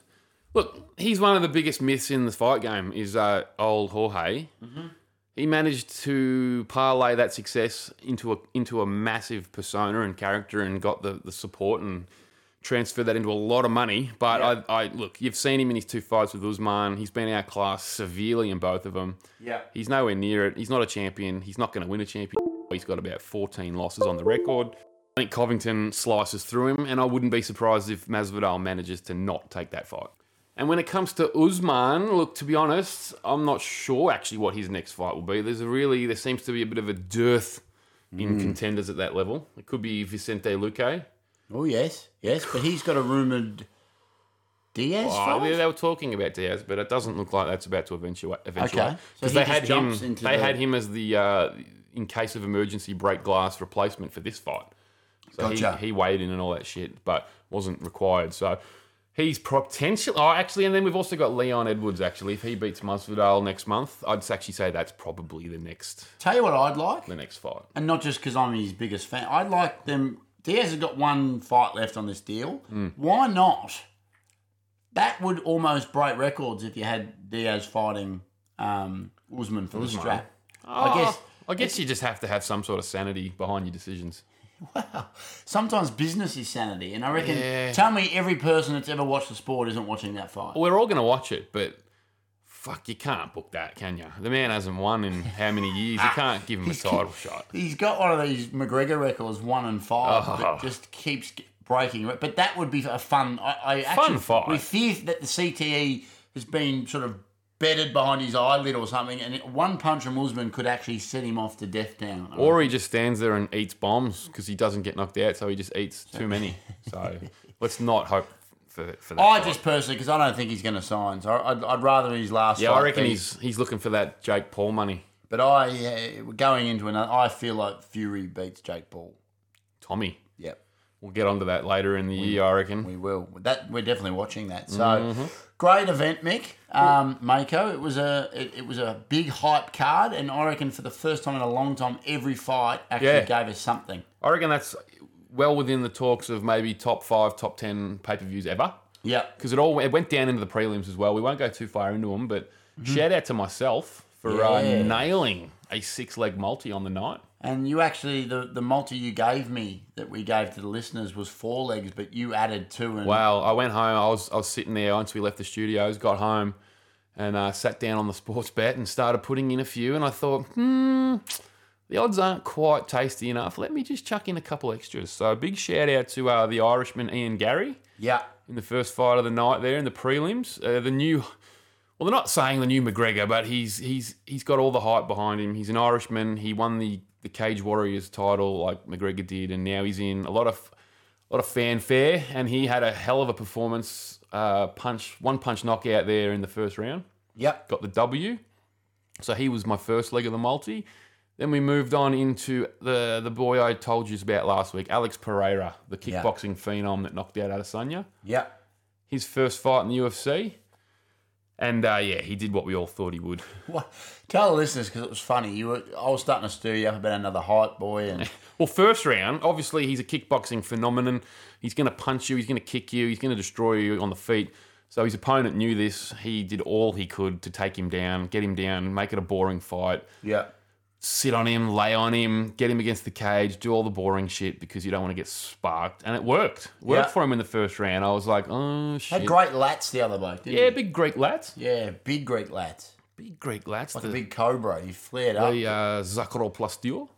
Speaker 2: look, he's one of the biggest myths in the fight game. Is uh, old Jorge? He managed to parlay that success into a into a massive persona and character, and got the, the support and transferred that into a lot of money. But I, I look, you've seen him in his two fights with Usman. He's been outclassed severely in both of them.
Speaker 1: Yeah.
Speaker 2: He's nowhere near it. He's not a champion. He's not going to win a champion. He's got about 14 losses on the record. I think Covington slices through him, and I wouldn't be surprised if Masvidal manages to not take that fight. And when it comes to Usman, look, to be honest, I'm not sure actually what his next fight will be. There's a really, there seems to be a bit of a dearth in contenders at that level. It could be Vicente Luque.
Speaker 1: Oh yes, yes, but he's got a rumored Diaz
Speaker 2: Oh,
Speaker 1: fight.
Speaker 2: they, they were talking about Diaz, but it doesn't look like that's about to eventuate. eventuate.
Speaker 1: Okay. So
Speaker 2: because
Speaker 1: he
Speaker 2: they
Speaker 1: just
Speaker 2: had him.
Speaker 1: jumps into
Speaker 2: They
Speaker 1: the-
Speaker 2: had him as the uh, in case of emergency break glass replacement for this fight. So
Speaker 1: Gotcha.
Speaker 2: he, he weighed in and all that shit, but wasn't required. So he's potential. Oh, actually, and then we've also got Leon Edwards. Actually, if he beats Masvidal next month, I'd actually say that's probably the next
Speaker 1: Tell you what, I'd like,
Speaker 2: the next fight.
Speaker 1: and not just because I'm his biggest fan. I'd like them. Diaz has got one fight left on this deal. Why not? That would almost break records if you had Diaz fighting um, Usman for the strap. I guess
Speaker 2: Ah, I guess you just have to have some sort of sanity behind your decisions.
Speaker 1: sometimes business is sanity, and I reckon.
Speaker 2: Yeah.
Speaker 1: Tell me, every person that's ever watched the sport isn't watching that fight.
Speaker 2: We're all going to watch it, but fuck, you can't book that, can you? The man hasn't won in how many years? You can't give him a title shot.
Speaker 1: Ah. (laughs) He's got one of these McGregor records, one and five,
Speaker 2: Oh.
Speaker 1: that just keeps breaking. re- But that would be a fun. I, I actually,
Speaker 2: fight.
Speaker 1: We fear that the CTE has been sort of bedded behind his eyelid or something, and it- one punch from Usman could actually set him off to death down.
Speaker 2: Or he just stands there and eats bombs because he doesn't get knocked out, so he just eats too many.
Speaker 1: (laughs)
Speaker 2: So let's not hope for, for that.
Speaker 1: I
Speaker 2: fight.
Speaker 1: just personally, because I don't think he's going to sign, so I'd, I'd rather his last.
Speaker 2: yeah, I
Speaker 1: fight
Speaker 2: reckon
Speaker 1: be-
Speaker 2: he's he's looking for that Jake Paul money.
Speaker 1: But I, uh, going into another, I feel like Fury beats Jake Paul.
Speaker 2: Tommy,
Speaker 1: Yep.
Speaker 2: we'll get onto that later in the year, I reckon.
Speaker 1: We will. That we're definitely watching that. So
Speaker 2: Mm-hmm.
Speaker 1: great event, Mick. Um, Mako. It was a it, it was a big hype card, and I reckon for the first time in a long time, every fight actually
Speaker 2: Yeah.
Speaker 1: gave us something.
Speaker 2: I reckon that's well within the talks of maybe top five, top ten pay per views ever.
Speaker 1: Yeah.
Speaker 2: because it all it went down into the prelims as well. We won't go too far into them, but shout out to myself for uh,
Speaker 1: Yeah.
Speaker 2: nailing a six leg multi on the night.
Speaker 1: And you actually, the, the multi you gave me that we gave to the listeners was four legs, but you added two. And
Speaker 2: Wow! I went home. I was I was sitting there once we left the studios, got home, and uh, sat down on the sports bet and started putting in a few. And I thought, hmm, the odds aren't quite tasty enough. Let me just chuck in a couple extras. So a big shout out to uh, the Irishman Ian Gary.
Speaker 1: Yeah.
Speaker 2: in the first fight of the night there in the prelims. Uh, the new, well, they're not saying the new McGregor, but he's he's he's got all the hype behind him. He's an Irishman. He won the the Cage Warriors title like McGregor did, and now he's in a lot of a lot of fanfare. And he had a hell of a performance, uh, punch one punch knockout there in the first round
Speaker 1: Yep.
Speaker 2: got the W. So he was my first leg of the multi. Then we moved on into the the boy I told you about last week, Alex Pereira, the
Speaker 1: Yeah.
Speaker 2: kickboxing phenom that knocked out Adesanya.
Speaker 1: Yep. (laughs)
Speaker 2: His first fight in the UFC. And uh, yeah, he did what we all thought he would.
Speaker 1: What? Tell the listeners because it was funny. You were, I was starting to stir you up about another hype boy,
Speaker 2: (laughs)
Speaker 1: and
Speaker 2: Well, first round, obviously he's a kickboxing phenomenon. He's going to punch you, he's going to kick you, he's going to destroy you on the feet. So his opponent knew this. He did all he could to take him down, get him down, make it a boring fight.
Speaker 1: yeah,
Speaker 2: sit on him, lay on him, get him against the cage, do all the boring shit because you don't want to get sparked. And it worked. It worked
Speaker 1: Yeah.
Speaker 2: for him in the first round. I was like, oh
Speaker 1: had
Speaker 2: shit.
Speaker 1: great lats the other bloke, didn't
Speaker 2: yeah,
Speaker 1: he?
Speaker 2: big Greek lads.
Speaker 1: Yeah, big Greek lats,
Speaker 2: Big Greek lads.
Speaker 1: like
Speaker 2: the
Speaker 1: a big cobra. He flared up.
Speaker 2: the uh, Zakharoplastio.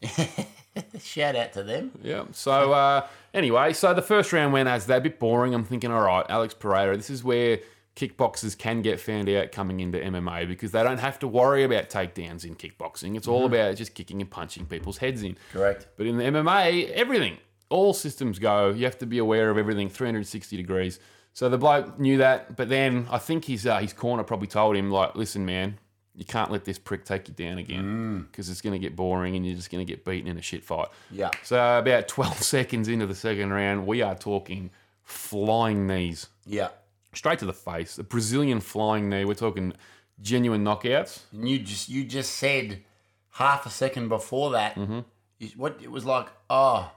Speaker 1: Shout out to them.
Speaker 2: Yeah. So uh, anyway, so the first round went as they're a bit boring. I'm thinking, all right, Alex Pereira, this is where kickboxers can get found out coming into MMA because they don't have to worry about takedowns in kickboxing. It's all about just kicking and punching people's heads in.
Speaker 1: Correct.
Speaker 2: But in the MMA, everything, all systems go. You have to be aware of everything, 360 degrees. So the bloke knew that, but then I think his uh, his corner probably told him like, "Listen, man, you can't let this prick take you down again because it's going to get boring and you're just going to get beaten in a shit fight."
Speaker 1: Yeah.
Speaker 2: So about (laughs) 12 seconds into the second round, we are talking flying knees
Speaker 1: Yeah.
Speaker 2: straight to the face. The Brazilian flying knee. We're talking genuine knockouts.
Speaker 1: And you just you just said half a second before that.
Speaker 2: Mm-hmm.
Speaker 1: You, what it was like? Oh,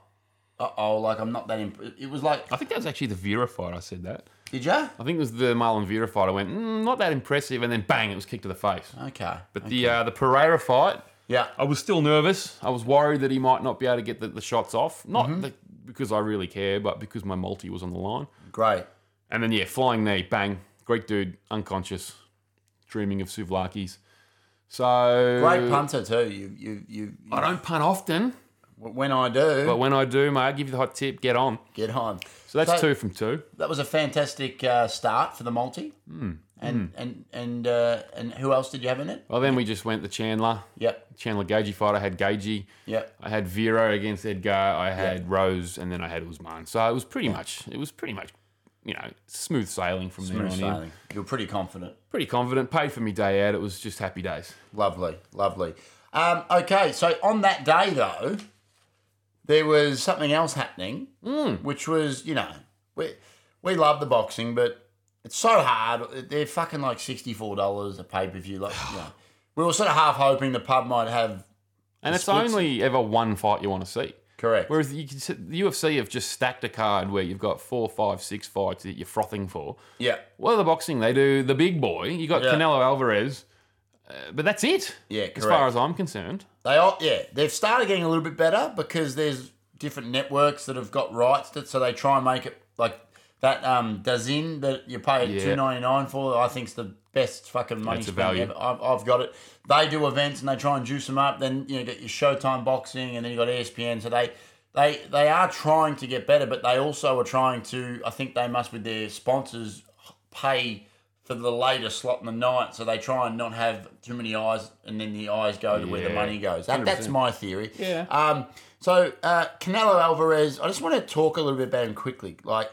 Speaker 1: uh oh. Like I'm not that. Imp- it was like.
Speaker 2: I think that was actually the Vera fight. I said that.
Speaker 1: Did you?
Speaker 2: I think it was the Marlon Vera fight. I went, mm, not that impressive, and then bang, it was kicked to the face.
Speaker 1: Okay.
Speaker 2: But the uh, the Pereira fight,
Speaker 1: yeah.
Speaker 2: I was still nervous. I was worried that he might not be able to get the, the shots off, not the, because I really care, but because my multi was on the line.
Speaker 1: Great.
Speaker 2: And then yeah, flying knee, bang, Greek dude, unconscious, dreaming of souvlakis. So
Speaker 1: Great punter too. You you you.
Speaker 2: Uh, I don't punt often,
Speaker 1: When I do,
Speaker 2: but when I do, mate, I give you the hot tip, get on.
Speaker 1: get on.
Speaker 2: So that's
Speaker 1: So-
Speaker 2: two from two.
Speaker 1: That was a fantastic uh, start for the multi.
Speaker 2: Hmm,
Speaker 1: And and and uh, and who else did you have in it?
Speaker 2: Well, then we just went the Chandler,
Speaker 1: Yep.
Speaker 2: Chandler Gagey fight. I had Gagey.
Speaker 1: Yep.
Speaker 2: I had Vero against Edgar. I had Rose, and then I had Usman. So it was pretty much it was pretty much you know smooth sailing from there on in.
Speaker 1: Sailing. You're pretty confident.
Speaker 2: Pretty confident. Paid for me day out. It was just happy days.
Speaker 1: Lovely, lovely. Um, okay, so on that day though, there was something else happening,
Speaker 2: Hmm.
Speaker 1: which was you know we we love the boxing, but it's so hard. They're fucking like sixty four dollars a pay per view. Like you know. we were sort of half hoping the pub might have
Speaker 2: And it's
Speaker 1: splits-
Speaker 2: only ever one fight you want to see.
Speaker 1: correct.
Speaker 2: Whereas you can, sit- the UFC have just stacked a card where you've got four, five, six fights that you're frothing for.
Speaker 1: yeah,
Speaker 2: Well, the boxing they do the big boy. You got
Speaker 1: Yeah.
Speaker 2: Canelo Alvarez, uh, but that's it.
Speaker 1: Yeah,
Speaker 2: as far
Speaker 1: correct.
Speaker 2: as I'm concerned.
Speaker 1: They are, yeah. They've started getting a little bit better because there's different networks that have got rights that, so they try and make it like that. Um, Dazin that you pay
Speaker 2: Yeah.
Speaker 1: two ninety nine for, I think's the best fucking money
Speaker 2: That's a
Speaker 1: spent
Speaker 2: value.
Speaker 1: ever. I've, I've got it. They do events and they try and juice them up. Then you know, get your Showtime boxing, and then you got E ESPN. So they. They, they are trying to get better, but they also are trying to. I think they must, with their sponsors, pay for the later slot in the night, so they try and not have too many eyes, and then the eyes go to where the
Speaker 2: Yeah.
Speaker 1: money goes. That, that's my theory.
Speaker 2: Yeah.
Speaker 1: Um, so uh, Canelo Alvarez, I just want to talk a little bit about him quickly. Like,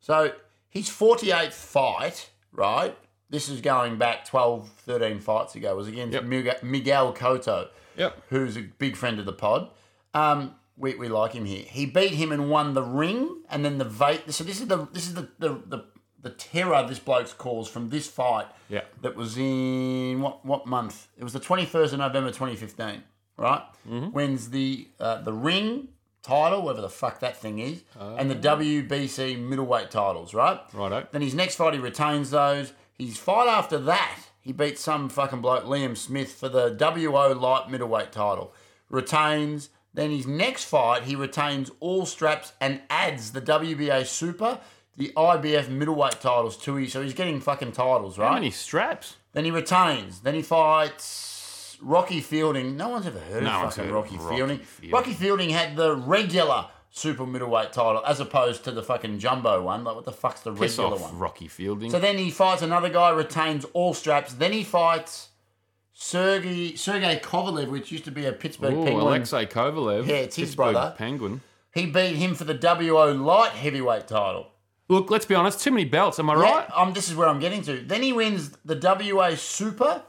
Speaker 1: so his 48th fight, right? This is going back 12, 13 fights ago. Was against
Speaker 2: Yep.
Speaker 1: Miguel- Miguel Cotto,
Speaker 2: Yep.
Speaker 1: who's a big friend of the pod. Um, we, we like him here. He beat him and won the ring, and then the va- So this is the this is the the, the the terror this bloke's caused from this fight.
Speaker 2: Yeah.
Speaker 1: That was in what what month?
Speaker 2: Mm-hmm.
Speaker 1: It was the twenty first of November, twenty fifteen. Right. Wins the uh, the ring, title, whatever the fuck that thing is, and the WBC middleweight titles, right?
Speaker 2: Uh. Righto.
Speaker 1: Then his next fight, he retains those. His fight after that, he beats some fucking bloke, Liam Smith, for the WO light middleweight title. Retains. Then his next fight, he retains all straps and adds the WBA super, the IBF middleweight titles to his. So he's getting fucking titles,
Speaker 2: How
Speaker 1: right?
Speaker 2: many straps?
Speaker 1: Then he retains. Then he fights Rocky Fielding. No one's ever heard
Speaker 2: No
Speaker 1: of
Speaker 2: one's
Speaker 1: fucking
Speaker 2: heard
Speaker 1: Rocky,
Speaker 2: of Rocky
Speaker 1: Fielding.
Speaker 2: Fielding.
Speaker 1: Rocky Fielding had the regular super middleweight title as opposed to the fucking jumbo one. Like, what the fuck's the
Speaker 2: Piss
Speaker 1: regular
Speaker 2: off,
Speaker 1: one?
Speaker 2: Rocky Fielding.
Speaker 1: So then he fights another guy, retains all straps. Then he fights Sergey Sergey Kovalev, which used to be a Pittsburgh
Speaker 2: Ooh,
Speaker 1: Penguin.
Speaker 2: Alexei Kovalev.
Speaker 1: Yeah, it's his
Speaker 2: Pittsburgh
Speaker 1: brother.
Speaker 2: Penguin.
Speaker 1: He beat him for the WO light heavyweight title.
Speaker 2: Look, let's be honest. Too many belts. Am I
Speaker 1: Yeah,
Speaker 2: right?
Speaker 1: um, this is where I'm getting to. Then he wins the WA Super,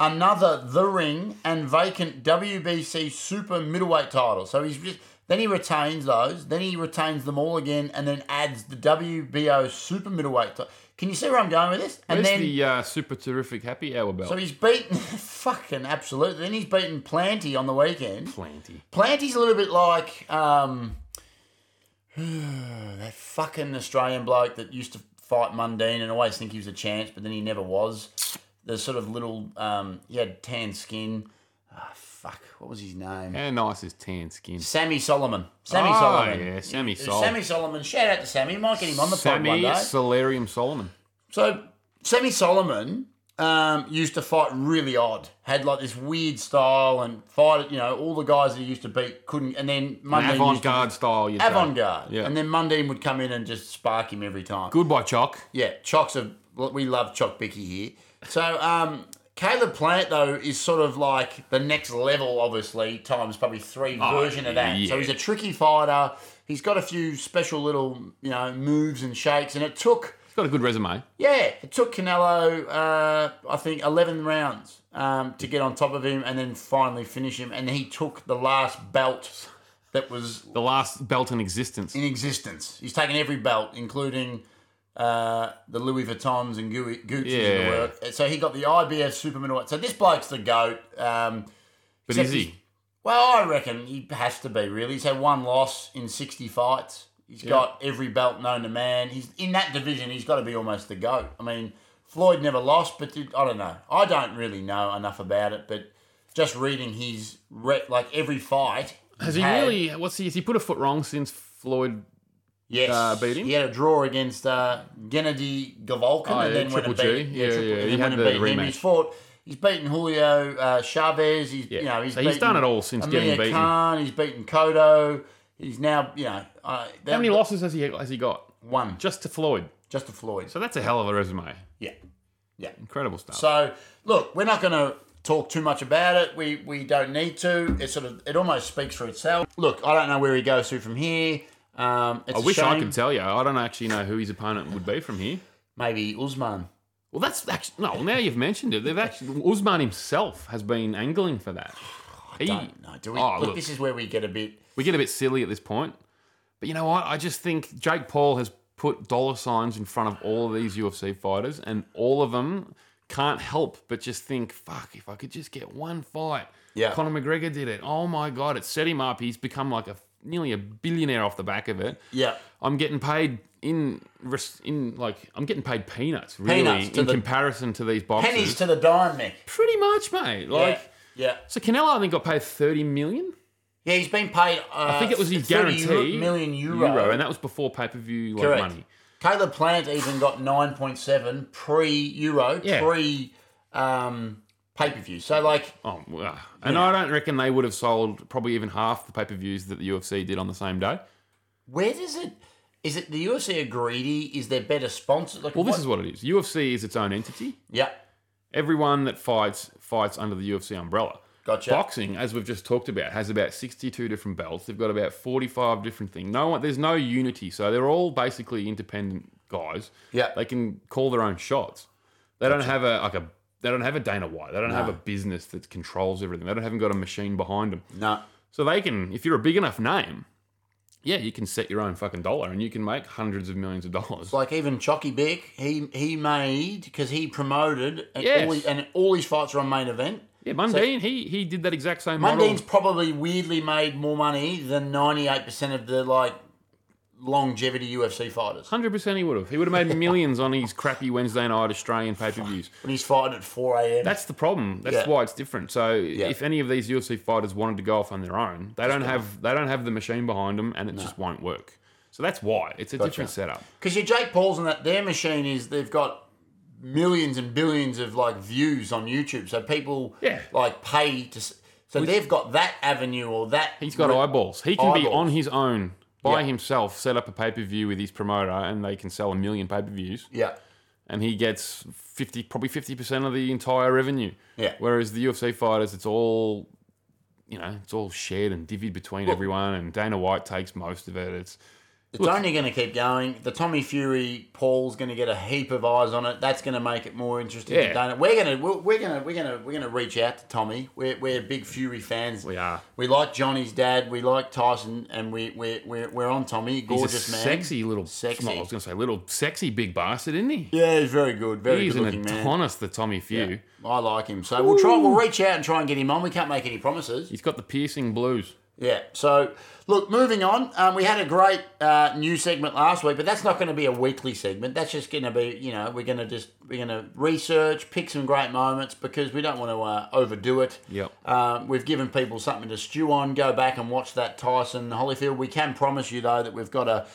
Speaker 1: another The Ring, and vacant WBC Super middleweight title. So he's just then he retains those. Then he retains them all again, and then adds the WBO Super middleweight title. Can you see where I'm going with this? And
Speaker 2: Where's
Speaker 1: then
Speaker 2: the uh, super terrific happy hour belt?
Speaker 1: so he's beaten (laughs) fucking absolutely. Then he's beaten Planty on the weekend.
Speaker 2: Plenty.
Speaker 1: Planty's a little bit like um, (sighs) that fucking Australian bloke that used to fight Mundine and always think he was a chance, but then he never was. The sort of little, um, he had tan skin. Ah, fuck, what was his name?
Speaker 2: How nice is tan skin?
Speaker 1: Sammy Solomon. Sammy
Speaker 2: Oh,
Speaker 1: Solomon.
Speaker 2: yeah, Sammy Sol.
Speaker 1: Solomon. Sammy Solomon. Shout out to Sammy. Might get him on the pod
Speaker 2: Sammy
Speaker 1: one day.
Speaker 2: Solarium Solomon.
Speaker 1: So Sammy Solomon um, used to fight really odd. Had like this weird style and fight. You know, all the guys that he used to beat couldn't. And then Mundine used to-
Speaker 2: Avant-garde style. You'd say.
Speaker 1: avant-garde.
Speaker 2: Yeah.
Speaker 1: And then Mundine would come in and just spark him every time.
Speaker 2: Good by Chalk.
Speaker 1: Yeah, Chocks are we love Chock Bicky here. So um, Caleb Plant though is sort of like the next level, obviously times probably three version of that.
Speaker 2: Oh, yeah.
Speaker 1: So he's a tricky fighter. He's got a few special little you know moves and shakes, and it took.
Speaker 2: He's got a good resume.
Speaker 1: Yeah, it took Canelo, uh, I think, 11 rounds um, to get on top of him and then finally finish him. And he took the last belt that was
Speaker 2: The last belt in existence.
Speaker 1: in existence. He's taken every belt, including uh, the Louis Vuittons and Gui- Gucci's in
Speaker 2: Yeah.
Speaker 1: the work. So he got the IBF super middleweight. So this bloke's the goat. Um,
Speaker 2: But
Speaker 1: except
Speaker 2: is
Speaker 1: he's-
Speaker 2: he?
Speaker 1: Well, I reckon he has to be. Really, he's had one loss in sixty fights. He's got every belt known to man. He's in that division. He's got to be almost the goat. I mean, Floyd never lost, but did, I don't know. I don't really know enough about it, but just reading his re- like every fight. he's
Speaker 2: Has he
Speaker 1: had-
Speaker 2: really? What's he? Has he put a foot wrong since Floyd?
Speaker 1: Yes,
Speaker 2: uh, beat him?
Speaker 1: He had a draw against uh, Gennady Golovkin,
Speaker 2: Oh,
Speaker 1: and
Speaker 2: yeah,
Speaker 1: then went and
Speaker 2: Triple
Speaker 1: beat,
Speaker 2: G. Yeah,
Speaker 1: Triple-
Speaker 2: yeah,
Speaker 1: and
Speaker 2: he
Speaker 1: then
Speaker 2: had
Speaker 1: went and
Speaker 2: the
Speaker 1: beat him.
Speaker 2: rematch.
Speaker 1: He's fought. He's beaten Julio uh, Chavez. He's you know he's
Speaker 2: So he's
Speaker 1: beaten
Speaker 2: done it all since getting
Speaker 1: Amir
Speaker 2: beaten.
Speaker 1: Khan. He's beaten Kodo. He's now you know uh,
Speaker 2: How many losses has he has he got?
Speaker 1: One
Speaker 2: Just to Floyd.
Speaker 1: just to Floyd.
Speaker 2: So that's a hell of a resume.
Speaker 1: Yeah, yeah.
Speaker 2: Incredible stuff.
Speaker 1: So look, we're not going to talk too much about it. We we don't need to. It sort of it almost speaks for itself. Look, I don't know where he goes to from here. Um, it's
Speaker 2: I
Speaker 1: a
Speaker 2: wish I
Speaker 1: shame.
Speaker 2: could tell you. I don't actually know who his opponent would be from here.
Speaker 1: Maybe Usman.
Speaker 2: Well, that's actually no. Now you've mentioned it. They've actually Usman himself has been angling
Speaker 1: (sighs)
Speaker 2: for that. He-
Speaker 1: Don't know. Do we?
Speaker 2: Oh,
Speaker 1: look,
Speaker 2: look.
Speaker 1: this is where we get a bit.
Speaker 2: we get a bit silly at this point, but you know what? I just think Jake Paul has put dollar signs in front of all of these UFC fighters, and all of them can't help but just think, "Fuck, if I could just get one fight."
Speaker 1: Yeah.
Speaker 2: Conor McGregor did it. Oh my god, it set him up. He's become like a nearly a billionaire off the back of it.
Speaker 1: Yeah.
Speaker 2: I'm getting paid in res- in like I'm getting paid peanuts really
Speaker 1: Peanuts to
Speaker 2: in
Speaker 1: the-
Speaker 2: comparison to these boxes.
Speaker 1: Pennies to the dime, Nick.
Speaker 2: Pretty much, mate.
Speaker 1: Yeah.
Speaker 2: Like
Speaker 1: yeah.
Speaker 2: so, Canelo I think got paid thirty million
Speaker 1: Yeah, he's been paid. Uh, I
Speaker 2: think it was his guarantee.
Speaker 1: million euro.
Speaker 2: euro, and that was before pay per view like,
Speaker 1: Correct.
Speaker 2: money.
Speaker 1: Caleb Plant even got nine point seven pre euro,
Speaker 2: Yeah.
Speaker 1: pre um, pay per view. So like,
Speaker 2: Oh, wow. and I don't reckon they would have sold probably even half the pay per views that the UFC did on the same day.
Speaker 1: where does it? Is it the UFC are greedy? Is there better sponsors? Like,
Speaker 2: Well, this is what it is. UFC is its own entity.
Speaker 1: yeah,
Speaker 2: Everyone that fights fights under the UFC umbrella.
Speaker 1: gotcha.
Speaker 2: Boxing, as we've just talked about, has about 62 different belts. They've got about 45 different things. No one, there's no unity, so they're all basically independent guys.
Speaker 1: Yeah.
Speaker 2: they can call their own shots. They don't have a like a they don't have a Dana White. They don't have a business that controls everything. They don't haven't got a machine behind them.
Speaker 1: No,
Speaker 2: So they can, if you're a big enough name, yeah, you can set your own fucking dollar and you can make hundreds of millions of dollars.
Speaker 1: like even Chucky Bick, he he made because he promoted and,
Speaker 2: Yes.
Speaker 1: all his, and all his fights were on main event.
Speaker 2: Yeah, Mundine, he he did that exact same
Speaker 1: Mundine's
Speaker 2: model.
Speaker 1: probably weirdly made more money than 98% of the like longevity UFC fighters.
Speaker 2: Hundred percent, he would have. He would
Speaker 1: (laughs)
Speaker 2: have made millions on his crappy Wednesday night Australian pay per views.
Speaker 1: When he's fighting at 4 a.m.
Speaker 2: That's the problem. That's
Speaker 1: Yeah.
Speaker 2: why it's different. So if any of these UFC fighters wanted to go off on their own, they don't have they don't have the machine behind them, and it just won't work. So that's why it's a different setup.
Speaker 1: Because your Jake Paul's and that their machine is they've got millions and billions of like views on YouTube, so people
Speaker 2: Yeah.
Speaker 1: like pay to. s- So they've got that avenue or that.
Speaker 2: He's got eyeballs. He can be
Speaker 1: Eyeballs.
Speaker 2: on his own by
Speaker 1: Yeah.
Speaker 2: himself, set up a pay per view with his promoter, and they can sell a million pay per views,
Speaker 1: Yeah,
Speaker 2: and he gets fifty, probably fifty percent of the entire revenue.
Speaker 1: Yeah.
Speaker 2: Whereas the UFC fighters, it's all, you know, it's all shared and divvied between everyone, and Dana White takes most of it. It's
Speaker 1: it's only going to keep going. The Tommy Fury Paul's going to get a heap of eyes on it. That's going to make it more interesting.
Speaker 2: Yeah.
Speaker 1: To Dana. We're going to we're, we're going to we're going to we're going to reach out to Tommy. We're, we're big Fury fans.
Speaker 2: we are.
Speaker 1: We like Johnny's dad. We like Tyson, and we we're we're, we're on Tommy.
Speaker 2: He's
Speaker 1: Gorgeous
Speaker 2: a
Speaker 1: man.
Speaker 2: sexy little,
Speaker 1: Sexy.
Speaker 2: no, I was going to say little sexy big bastard, isn't he?
Speaker 1: Yeah, he's very good. Very
Speaker 2: He's
Speaker 1: good
Speaker 2: an
Speaker 1: looking man.
Speaker 2: Adonis, the Tommy Few.
Speaker 1: I like him. So we'll try. We'll reach out and try and get him on. We can't make any promises.
Speaker 2: He's got the piercing blues.
Speaker 1: Yeah. So look, moving on. Um, we had a great uh, new segment last week, but that's not going to be a weekly segment. That's just going to be, you know, we're going to just we're going to research, pick some great moments because we don't want to uh, overdo it.
Speaker 2: Yep.
Speaker 1: Um, we've given people something to stew on. Go back and watch that Tyson Holyfield. We can promise you though that we've got a.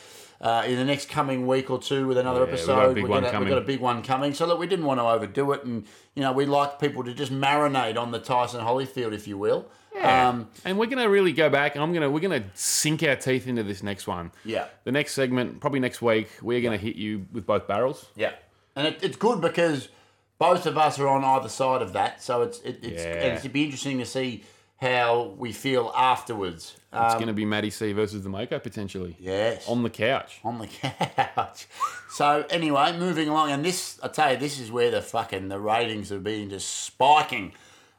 Speaker 1: Uh, in the next coming week or two, with another
Speaker 2: we've got a
Speaker 1: episode,
Speaker 2: big
Speaker 1: we're
Speaker 2: one
Speaker 1: gonna- we've
Speaker 2: coming.
Speaker 1: got a big one coming. So look, we didn't want to overdo it, and you know we like people to just marinate on the Tyson Holyfield, if you will. Um,
Speaker 2: and we're going to really go back, and I'm going to we're going to sink our teeth into this next one.
Speaker 1: Yeah.
Speaker 2: The next segment, probably next week, we're going to hit you with both barrels.
Speaker 1: Yeah, and it, it's good because both of us are on either side of that, so it's it, it's
Speaker 2: Yeah.
Speaker 1: and it'd be interesting to see how we feel afterwards. Uh,
Speaker 2: It's going to be Maddie C versus the Mako potentially
Speaker 1: yes, on,
Speaker 2: on the couch.
Speaker 1: the (laughs) couch. so anyway, moving along, and this I tell you, this is where the fucking the ratings have been just spiking.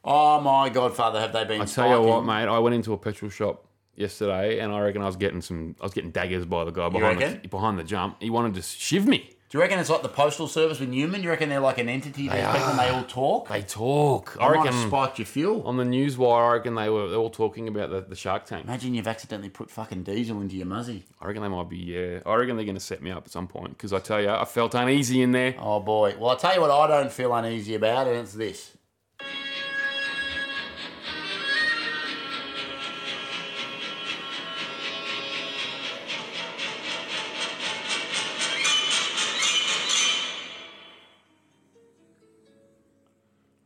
Speaker 1: Oh my Godfather, have they been?
Speaker 2: I tell you what, mate, I went into a petrol shop yesterday, and I reckon I was getting some, I was getting daggers by the guy behind the,
Speaker 1: reckon?
Speaker 2: behind the jump. He wanted to shiv me.
Speaker 1: Do you reckon it's like the postal service with Newman? Do you reckon they're like an entity? They people and they all talk.
Speaker 2: They talk.
Speaker 1: They
Speaker 2: I
Speaker 1: might have
Speaker 2: reckon
Speaker 1: spiked your fuel.
Speaker 2: on the news wire, I reckon they were they were all talking about the, the Shark Tank.
Speaker 1: Imagine you've accidentally put fucking diesel into your muzzy.
Speaker 2: I reckon they might be. Yeah, I reckon they're going to set me up at some point because I tell you, I felt uneasy in there.
Speaker 1: Oh boy. Well, I tell you what, I don't feel uneasy about, and it's this. (laughs)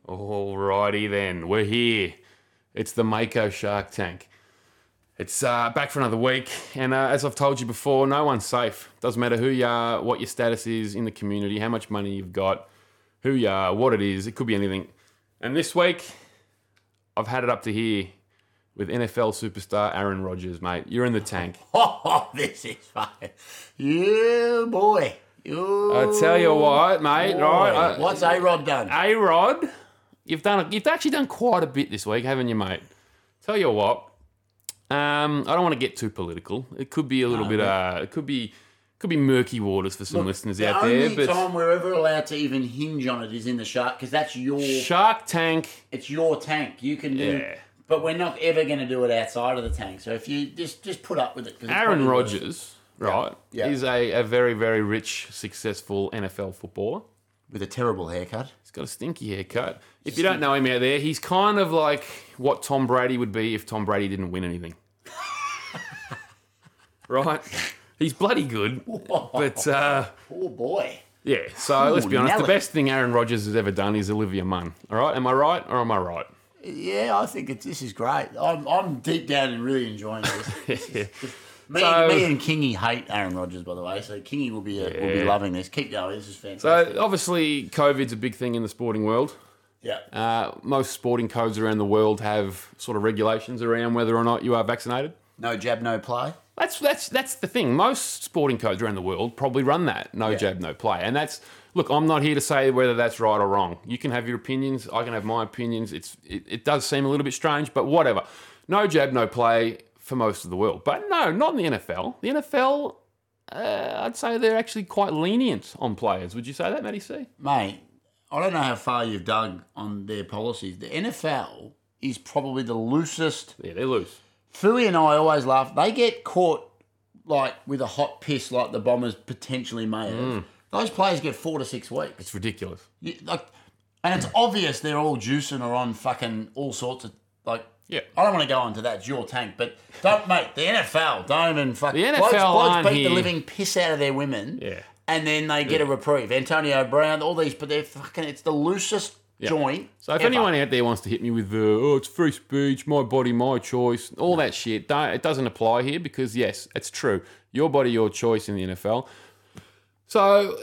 Speaker 2: Alrighty then, we're here. It's the Mako Shark Tank. It's uh, back for another week, and uh, as I've told you before, no one's safe. Doesn't matter who you are, what your status is in the community, how much money you've got, who you are, what it is. It could be anything. And this week, I've had it up to here with NFL superstar Aaron Rodgers, mate. You're in the tank.
Speaker 1: Oh, this is fucking. Yeah, boy. You.
Speaker 2: I tell you what, mate. Right, I-
Speaker 1: What's A Rod done?
Speaker 2: A Rod, you've done you've actually done quite a bit this week, haven't you, mate? Tell you what, um, I don't want to get too political. It could be a little bit, uh, it could be, could be murky waters for some listeners
Speaker 1: the
Speaker 2: out
Speaker 1: only
Speaker 2: there. But
Speaker 1: time we're ever allowed to even hinge on it is in the shark because that's your
Speaker 2: Shark Tank,
Speaker 1: it's your tank. You can do,
Speaker 2: Yeah.
Speaker 1: but we're not ever going to do it outside of the tank. So if you just just put up with it. 'cause it's
Speaker 2: Aaron
Speaker 1: probably worth it.
Speaker 2: Rodgers, right,
Speaker 1: Yeah.
Speaker 2: is a, a very very rich, successful NFL footballer.
Speaker 1: with a terrible haircut. (laughs)
Speaker 2: He's got a stinky haircut. If you don't know him out there, he's kind of like what Tom Brady would be if Tom Brady didn't win anything. right? He's bloody good. But uh,
Speaker 1: Oh boy.
Speaker 2: yeah, so let's be honest. The
Speaker 1: Nelly.
Speaker 2: best thing Aaron Rodgers has ever done is Olivia Munn. All right? Am I right or am I right? (laughs)
Speaker 1: Yeah, I think it's this is great. I'm, I'm deep down and really enjoying this. me,
Speaker 2: So-
Speaker 1: me and Kingy hate Aaron Rodgers, by the way. So Kingy will be uh, will be
Speaker 2: Yeah.
Speaker 1: loving this. Keep going. This is fantastic.
Speaker 2: So Uh, obviously, COVID's a big thing in the sporting world.
Speaker 1: yeah.
Speaker 2: Uh, most sporting codes around the world have sort of regulations around whether or not you are vaccinated.
Speaker 1: No jab, no play.
Speaker 2: That's that's that's the thing. Most sporting codes around the world probably run that no jab, no play, and that's look. I'm not here to say whether that's right or wrong. You can have your opinions. I can have my opinions. It's it, it does seem a little bit strange, but whatever. No jab, no play for most of the world, but no, not in the NFL. The NFL, uh, I'd say they're actually quite lenient on players. Would you say that, Matty C?
Speaker 1: Mate, I don't know how far you've dug on their policies. The NFL is probably the loosest.
Speaker 2: Yeah, they're loose.
Speaker 1: Fui and I always laugh. They get caught like with a hot piss, like the Bombers potentially may have.
Speaker 2: Hmm.
Speaker 1: Those players get four to six weeks.
Speaker 2: It's ridiculous.
Speaker 1: You- like, and it's obvious they're all juicing or on fucking all sorts of like.
Speaker 2: Yeah.
Speaker 1: I don't want to go into that. It's your tank, but don't (laughs) mate. The NFL don't even fuck.
Speaker 2: The NFL
Speaker 1: blokes, blokes
Speaker 2: aren't
Speaker 1: beat
Speaker 2: here.
Speaker 1: the living piss out of their women.
Speaker 2: Yeah.
Speaker 1: And then they get a reprieve. Antonio Brown, all these, but they're fucking. It's the loosest joint.
Speaker 2: So if
Speaker 1: ever.
Speaker 2: anyone out there wants to hit me with the oh it's free speech, my body, my choice, all that shit, don't, it doesn't apply here because yes, it's true. Your body, your choice in the NFL. So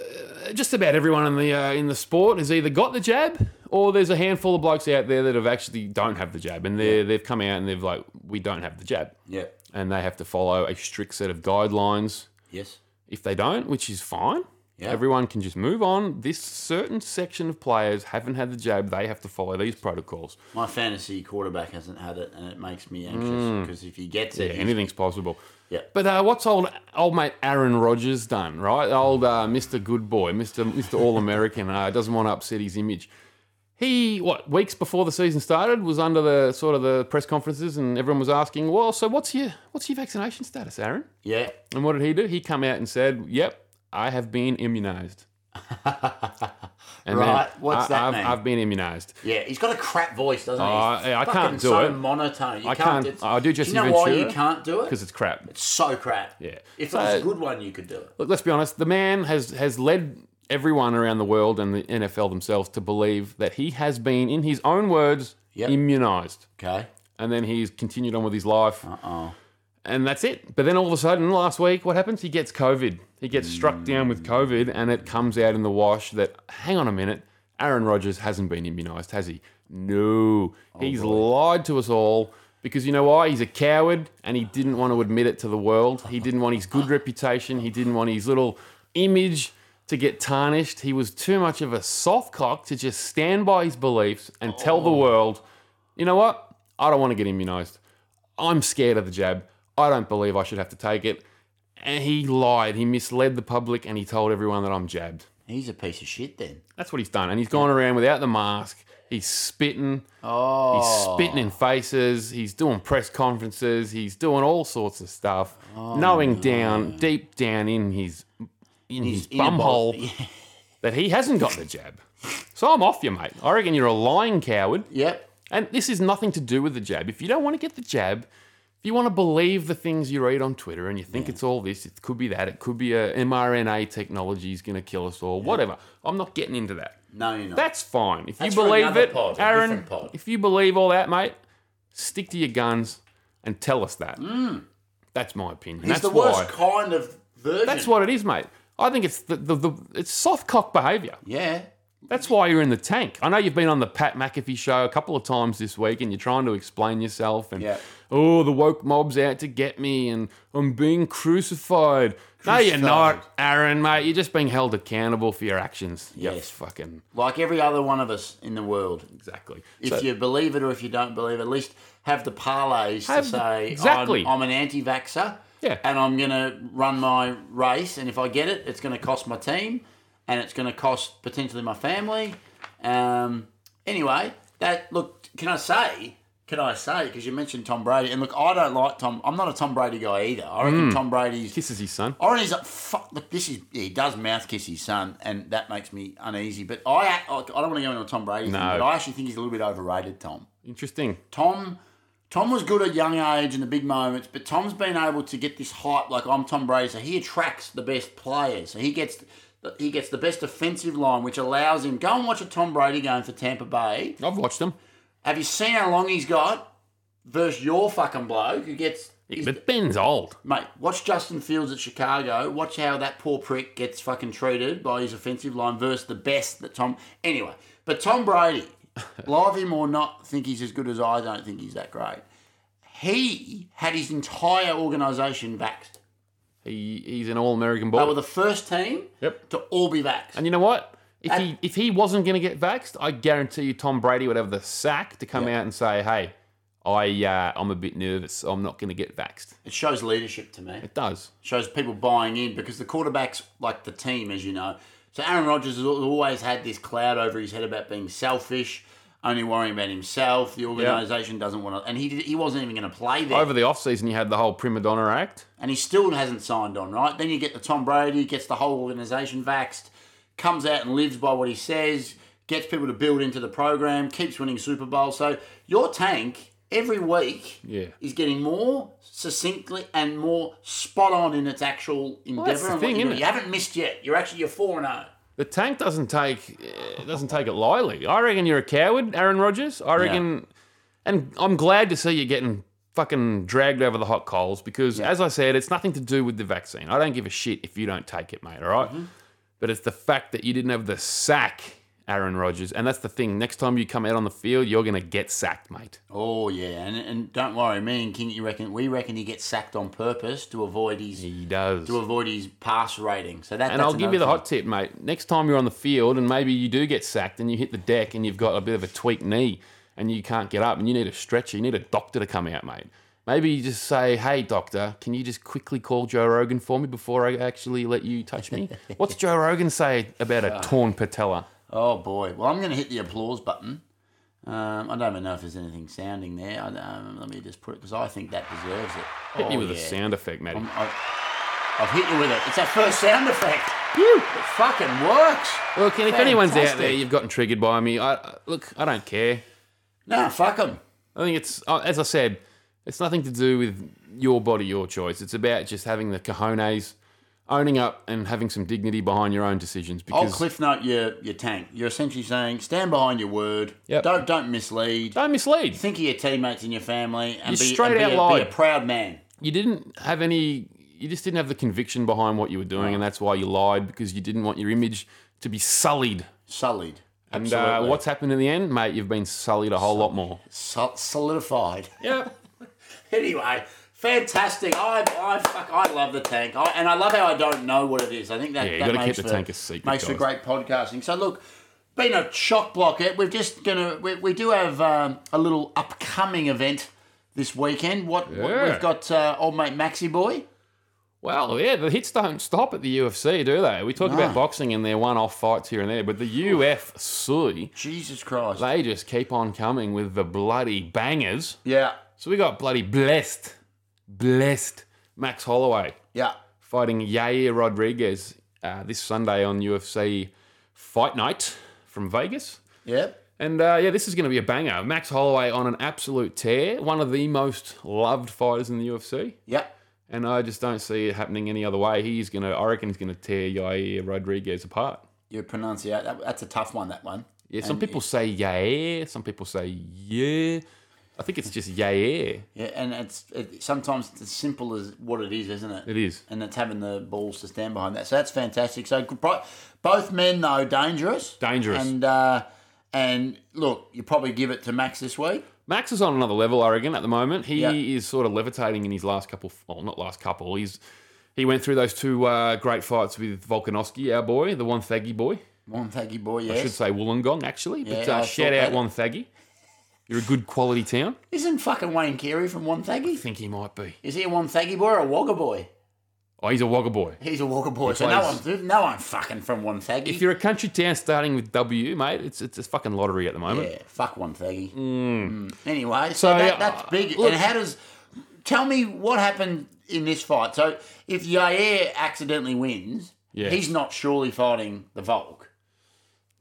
Speaker 2: uh, just about everyone in the uh, in the sport has either got the jab or there's a handful of blokes out there that have actually don't have the jab and they are they've come out and they've like we don't have the jab
Speaker 1: yeah,
Speaker 2: and they have to follow a strict set of guidelines
Speaker 1: yes,
Speaker 2: if they don't, which is fine.
Speaker 1: Yeah.
Speaker 2: Everyone can just move on. This certain section of players haven't had the jab. They have to follow these protocols.
Speaker 1: my fantasy quarterback hasn't had it, and it makes me anxious because if he gets it,
Speaker 2: Mm. Yeah,
Speaker 1: he's-
Speaker 2: anything's possible.
Speaker 1: Yeah.
Speaker 2: But uh, what's old old mate Aaron Rodgers done, right? Old uh, Mr. Good Boy, Mr. Mr. All American, uh, doesn't want to upset his image. He what weeks before the season started was under the sort of the press conferences, and everyone was asking, "Well, so what's your what's your vaccination status, Aaron?"
Speaker 1: yeah,
Speaker 2: And what did he do? He come out and said, "Yep, I have
Speaker 1: (laughs)
Speaker 2: been immunized." And then,
Speaker 1: Right, what's
Speaker 2: "I-
Speaker 1: that
Speaker 2: I've,
Speaker 1: mean?"
Speaker 2: I've been immunized.
Speaker 1: Yeah, he's got a crap voice, doesn't he?
Speaker 2: Oh,
Speaker 1: He's
Speaker 2: yeah, I
Speaker 1: fucking
Speaker 2: can't do
Speaker 1: so
Speaker 2: it.
Speaker 1: monotone. You
Speaker 2: I
Speaker 1: can't.
Speaker 2: can't-
Speaker 1: it's-
Speaker 2: I do
Speaker 1: Do
Speaker 2: Jesse
Speaker 1: you know why you
Speaker 2: Ventura.
Speaker 1: can't do it?
Speaker 2: because it's crap.
Speaker 1: it's so crap.
Speaker 2: Yeah.
Speaker 1: If
Speaker 2: So-
Speaker 1: it was a good one, you could do it.
Speaker 2: Look, let's be honest. The man has has led everyone around the world and the NFL themselves to believe that he has been, in his own words,
Speaker 1: Yep.
Speaker 2: immunized,
Speaker 1: Okay.
Speaker 2: and then he's continued on with his life,
Speaker 1: Uh oh.
Speaker 2: and that's it. But then all of a sudden, last week, what happens? He gets COVID. He gets struck down with COVID, and it comes out in the wash that hang on a minute, Aaron Rodgers hasn't been immunized, has he? No, he's lied to us all. Because you know why? He's a coward and he didn't want to admit it to the world. He didn't want his good reputation. He didn't want his little image to get tarnished. He was too much of a soft cock to just stand by his beliefs and tell the world, you know what? I don't want to get immunized. I'm scared of the jab. I don't believe I should have to take it. And he lied. He misled the public and he told everyone that I'm jabbed.
Speaker 1: He's a piece of shit then.
Speaker 2: That's what he's done. And he's gone around without the mask. He's spitting.
Speaker 1: Oh.
Speaker 2: He's spitting in faces. He's doing press conferences. He's doing all sorts of stuff, knowing down deep down in his in his,
Speaker 1: inner
Speaker 2: bum
Speaker 1: bol-
Speaker 2: bumhole that he hasn't got the jab. So I'm off you, mate. I reckon you're a lying coward.
Speaker 1: (laughs) Yep.
Speaker 2: And this is nothing to do with the jab. If you don't want to get the jab, if you want to believe the things you read on Twitter and you think it's all this, it could be that, it could be a mRNA technology is going to kill us all, whatever. I'm not getting into that.
Speaker 1: No, you're not.
Speaker 2: That's fine. If
Speaker 1: That's
Speaker 2: you
Speaker 1: for
Speaker 2: believe
Speaker 1: another
Speaker 2: it,
Speaker 1: pod, a
Speaker 2: Aaron,
Speaker 1: different pod.
Speaker 2: if you believe all that, mate, stick to your guns and tell us that. That's my opinion.
Speaker 1: Mm. He's
Speaker 2: that's
Speaker 1: the worst
Speaker 2: why.
Speaker 1: kind of virgin.
Speaker 2: That's what it is, mate. I think it's the, the, the it's soft cock behaviour.
Speaker 1: Yeah.
Speaker 2: That's why you're in the tank. I know you've been on the Pat McAfee show a couple of times this week and you're trying to explain yourself and
Speaker 1: Yeah.
Speaker 2: oh the woke mob's out to get me and I'm being crucified. No, you're
Speaker 1: Crucified.
Speaker 2: not, Aaron, mate. You're just being held accountable for your actions. Yes,
Speaker 1: Yes.
Speaker 2: fucking
Speaker 1: Like every other one of us in the world.
Speaker 2: exactly.
Speaker 1: If
Speaker 2: So-
Speaker 1: you believe it or if you don't believe it, at least have the parlays
Speaker 2: Have-
Speaker 1: to say,
Speaker 2: exactly.
Speaker 1: I'm, I'm an anti vaxxer
Speaker 2: Yeah.
Speaker 1: and I'm going to run my race. And if I get it, it's going to cost my team and it's going to cost potentially my family. Um, anyway, that look, can I say, can I say, because you mentioned Tom Brady, and look, I don't like Tom, I'm not a Tom Brady guy either. I
Speaker 2: Hmm.
Speaker 1: reckon Tom Brady's
Speaker 2: kisses his son.
Speaker 1: Orin is like, fuck, look, this is, he does mouth kiss his son, and that makes me uneasy. But I act- I don't want to go into a Tom Brady
Speaker 2: No.
Speaker 1: thing, but I actually think he's a little bit overrated, Tom.
Speaker 2: Interesting.
Speaker 1: Tom Tom was good at young age and the big moments, but Tom's been able to get this hype like I'm Tom Brady, so he attracts the best players. So he gets he gets the best offensive line, which allows him go and watch a Tom Brady game for Tampa Bay.
Speaker 2: I've watched them.
Speaker 1: Have you seen how long he's got versus your fucking bloke who gets he's-
Speaker 2: But Ben's old.
Speaker 1: Mate, watch Justin Fields at Chicago. Watch how that poor prick gets fucking treated by his offensive line versus the best that Tom. Anyway, but Tom
Speaker 2: (laughs)
Speaker 1: Brady, love him or not, think he's as good as I don't think he's that great. He had his entire organisation vaxxed.
Speaker 2: He, he's an all-American
Speaker 1: They were
Speaker 2: boy.
Speaker 1: the first team
Speaker 2: Oh. Yep.
Speaker 1: to all be vaxxed.
Speaker 2: And you know what? If he if he wasn't going to get vaxxed, I guarantee you Tom Brady would have the sack to come out and say, "Hey, I uh, I'm a bit nervous. I'm not going to get vaxxed."
Speaker 1: It shows leadership to me.
Speaker 2: It does.
Speaker 1: shows people buying in because the quarterback's like the team, as you know. So Aaron Rodgers has al- always had this cloud over his head about being selfish, only worrying about himself. The organisation doesn't want to, and he did, he wasn't even going to play there,
Speaker 2: Over the off season, you had the whole prima donna act.
Speaker 1: and he still hasn't signed on. Right then, you get the Tom Brady gets the whole organisation vaxxed, comes out and lives by what he says, gets people to build into the program, keeps winning Super Bowl. So your tank every week
Speaker 2: Yeah.
Speaker 1: is getting more succinctly and more spot on in its actual endeavour.
Speaker 2: that's the
Speaker 1: and what you
Speaker 2: thing,
Speaker 1: do.
Speaker 2: isn't it?
Speaker 1: You haven't missed yet. You're actually you're four and oh. zero.
Speaker 2: The tank doesn't take eh, doesn't take it lightly. I reckon you're a coward, Aaron Rodgers. I reckon, and I'm glad to see you getting fucking dragged over the hot coals because, as I said, it's nothing to do with the vaccine. I don't give a shit if you don't take it, mate. All right? but it's the fact that you didn't have the sack, Aaron Rodgers, and that's the thing. Next time you come out on the field, you're gonna get sacked, mate.
Speaker 1: Oh yeah, and, and don't worry, me and King, you reckon we reckon he gets sacked on purpose to avoid his
Speaker 2: He does.
Speaker 1: to avoid his pass rating. So that
Speaker 2: And
Speaker 1: that's
Speaker 2: I'll give you the
Speaker 1: another
Speaker 2: hot tip, mate. Next time you're on the field and maybe you do get sacked and you hit the deck and you've got a bit of a tweaked knee and you can't get up and you need a stretcher, you need a doctor to come out, mate. Maybe you just say, hey, doctor, can you just quickly call Joe Rogan for me before I actually let you
Speaker 1: (laughs)
Speaker 2: touch me? What's Joe Rogan say about
Speaker 1: Ah.
Speaker 2: a torn patella?
Speaker 1: thing. Oh boy, well I'm going to hit the applause button. Um, I don't even know if there's anything sounding there. I, um, let me just put it because I think that deserves it.
Speaker 2: Hit me
Speaker 1: Oh,
Speaker 2: with a
Speaker 1: yeah.
Speaker 2: sound effect, Matty.
Speaker 1: I've, I've hit you with it. It's that first sound effect. It fucking works.
Speaker 2: Well, Ken, if anyone's out there,
Speaker 1: Fantastic.
Speaker 2: you've gotten triggered by me. I- I look, I don't care.
Speaker 1: No, fuck them.
Speaker 2: I think it's, uh, as I said, it's nothing to do with your body, your choice. It's about just having the cojones, owning up, and having some dignity behind your own decisions.
Speaker 1: I'll
Speaker 2: Because
Speaker 1: cliff note your your tank. You're essentially saying stand behind your word.
Speaker 2: Yep.
Speaker 1: Don't don't mislead.
Speaker 2: don't mislead.
Speaker 1: Think of your teammates and your family and,
Speaker 2: You
Speaker 1: be,
Speaker 2: straight
Speaker 1: and be
Speaker 2: out
Speaker 1: a- be, a,
Speaker 2: lied.
Speaker 1: proud man.
Speaker 2: You didn't have any. You just didn't have the conviction behind what you were doing, and that's why you lied because you didn't want your image to be sullied.
Speaker 1: Sullied.
Speaker 2: And uh,
Speaker 1: Absolutely.
Speaker 2: what's happened in the end, mate? You've been sullied a whole lot more.
Speaker 1: Sol- solidified.
Speaker 2: Yeah.
Speaker 1: anyway, fantastic. I, I, fuck, I love the tank. I, and I love how I don't know what it is. I think that,
Speaker 2: Yeah, you
Speaker 1: that
Speaker 2: gotta keep
Speaker 1: makes
Speaker 2: the
Speaker 1: for,
Speaker 2: tank a secret,
Speaker 1: Makes for
Speaker 2: guys.
Speaker 1: great podcasting. So look, been a chock block. Eh, We're just gonna we, we do have um, a little upcoming event this weekend. What, what
Speaker 2: Yeah.
Speaker 1: we've got, uh, old mate Maxi Boy.
Speaker 2: Well, yeah, the hits don't stop at the UFC, do they? We talk about boxing and their one-off fights here and there, but the UFC.
Speaker 1: Jesus Christ.
Speaker 2: They just keep on coming with the bloody bangers.
Speaker 1: yeah,
Speaker 2: So we got bloody blessed, blessed Max Holloway
Speaker 1: yeah.
Speaker 2: fighting Yair Rodriguez uh, this Sunday on UFC Fight Night from Vegas.
Speaker 1: Yep.
Speaker 2: And uh, yeah, this is going to be a banger. Max Holloway on an absolute tear, one of the most loved fighters in the UFC.
Speaker 1: Yep.
Speaker 2: And I just don't see it happening any other way. He's going to, I reckon he's going to tear Yair Rodriguez apart.
Speaker 1: Your pronunciation. That, that's a tough one. That one.
Speaker 2: Yeah, some people say yeah, some people say yeah. I think it's just yeah, yeah.
Speaker 1: Yeah, and it's it, sometimes it's as simple as what it is, isn't it?
Speaker 2: It is.
Speaker 1: and it's having the balls to stand behind that. So that's fantastic. So bro- both men though dangerous,
Speaker 2: Dangerous.
Speaker 1: and uh, and look, you probably give it to Max this week.
Speaker 2: Max is on another level, I reckon, at the moment. He
Speaker 1: Yeah.
Speaker 2: is sort of levitating in his last couple, well, not last couple. He's he went through those two uh, great fights with Volkanovski, our boy, the one Thaggy boy.
Speaker 1: One taggy boy,
Speaker 2: I should
Speaker 1: yes.
Speaker 2: say Wollongong, actually. But
Speaker 1: Yeah, I
Speaker 2: uh,
Speaker 1: thought
Speaker 2: shout
Speaker 1: that.
Speaker 2: out one Thaggy. You're a good quality town.
Speaker 1: Isn't fucking Wayne Carey from One
Speaker 2: I
Speaker 1: Thaggy?
Speaker 2: think he might be.
Speaker 1: Is he a One Thaggy boy or a Wagga boy?
Speaker 2: Oh, he's a Wagga boy.
Speaker 1: He's a Wagga boy. so no
Speaker 2: plays-
Speaker 1: one, no one fucking from One Thaggy.
Speaker 2: If you're a country town starting with W, mate, it's it's a fucking lottery at the moment.
Speaker 1: Yeah, fuck one thaggy. Mm. Anyway, so,
Speaker 2: So,
Speaker 1: that,
Speaker 2: uh,
Speaker 1: that's big.
Speaker 2: look-
Speaker 1: and how does? Tell me what happened in this fight. So if Yair accidentally wins,
Speaker 2: Yeah.
Speaker 1: he's not surely fighting the Volk.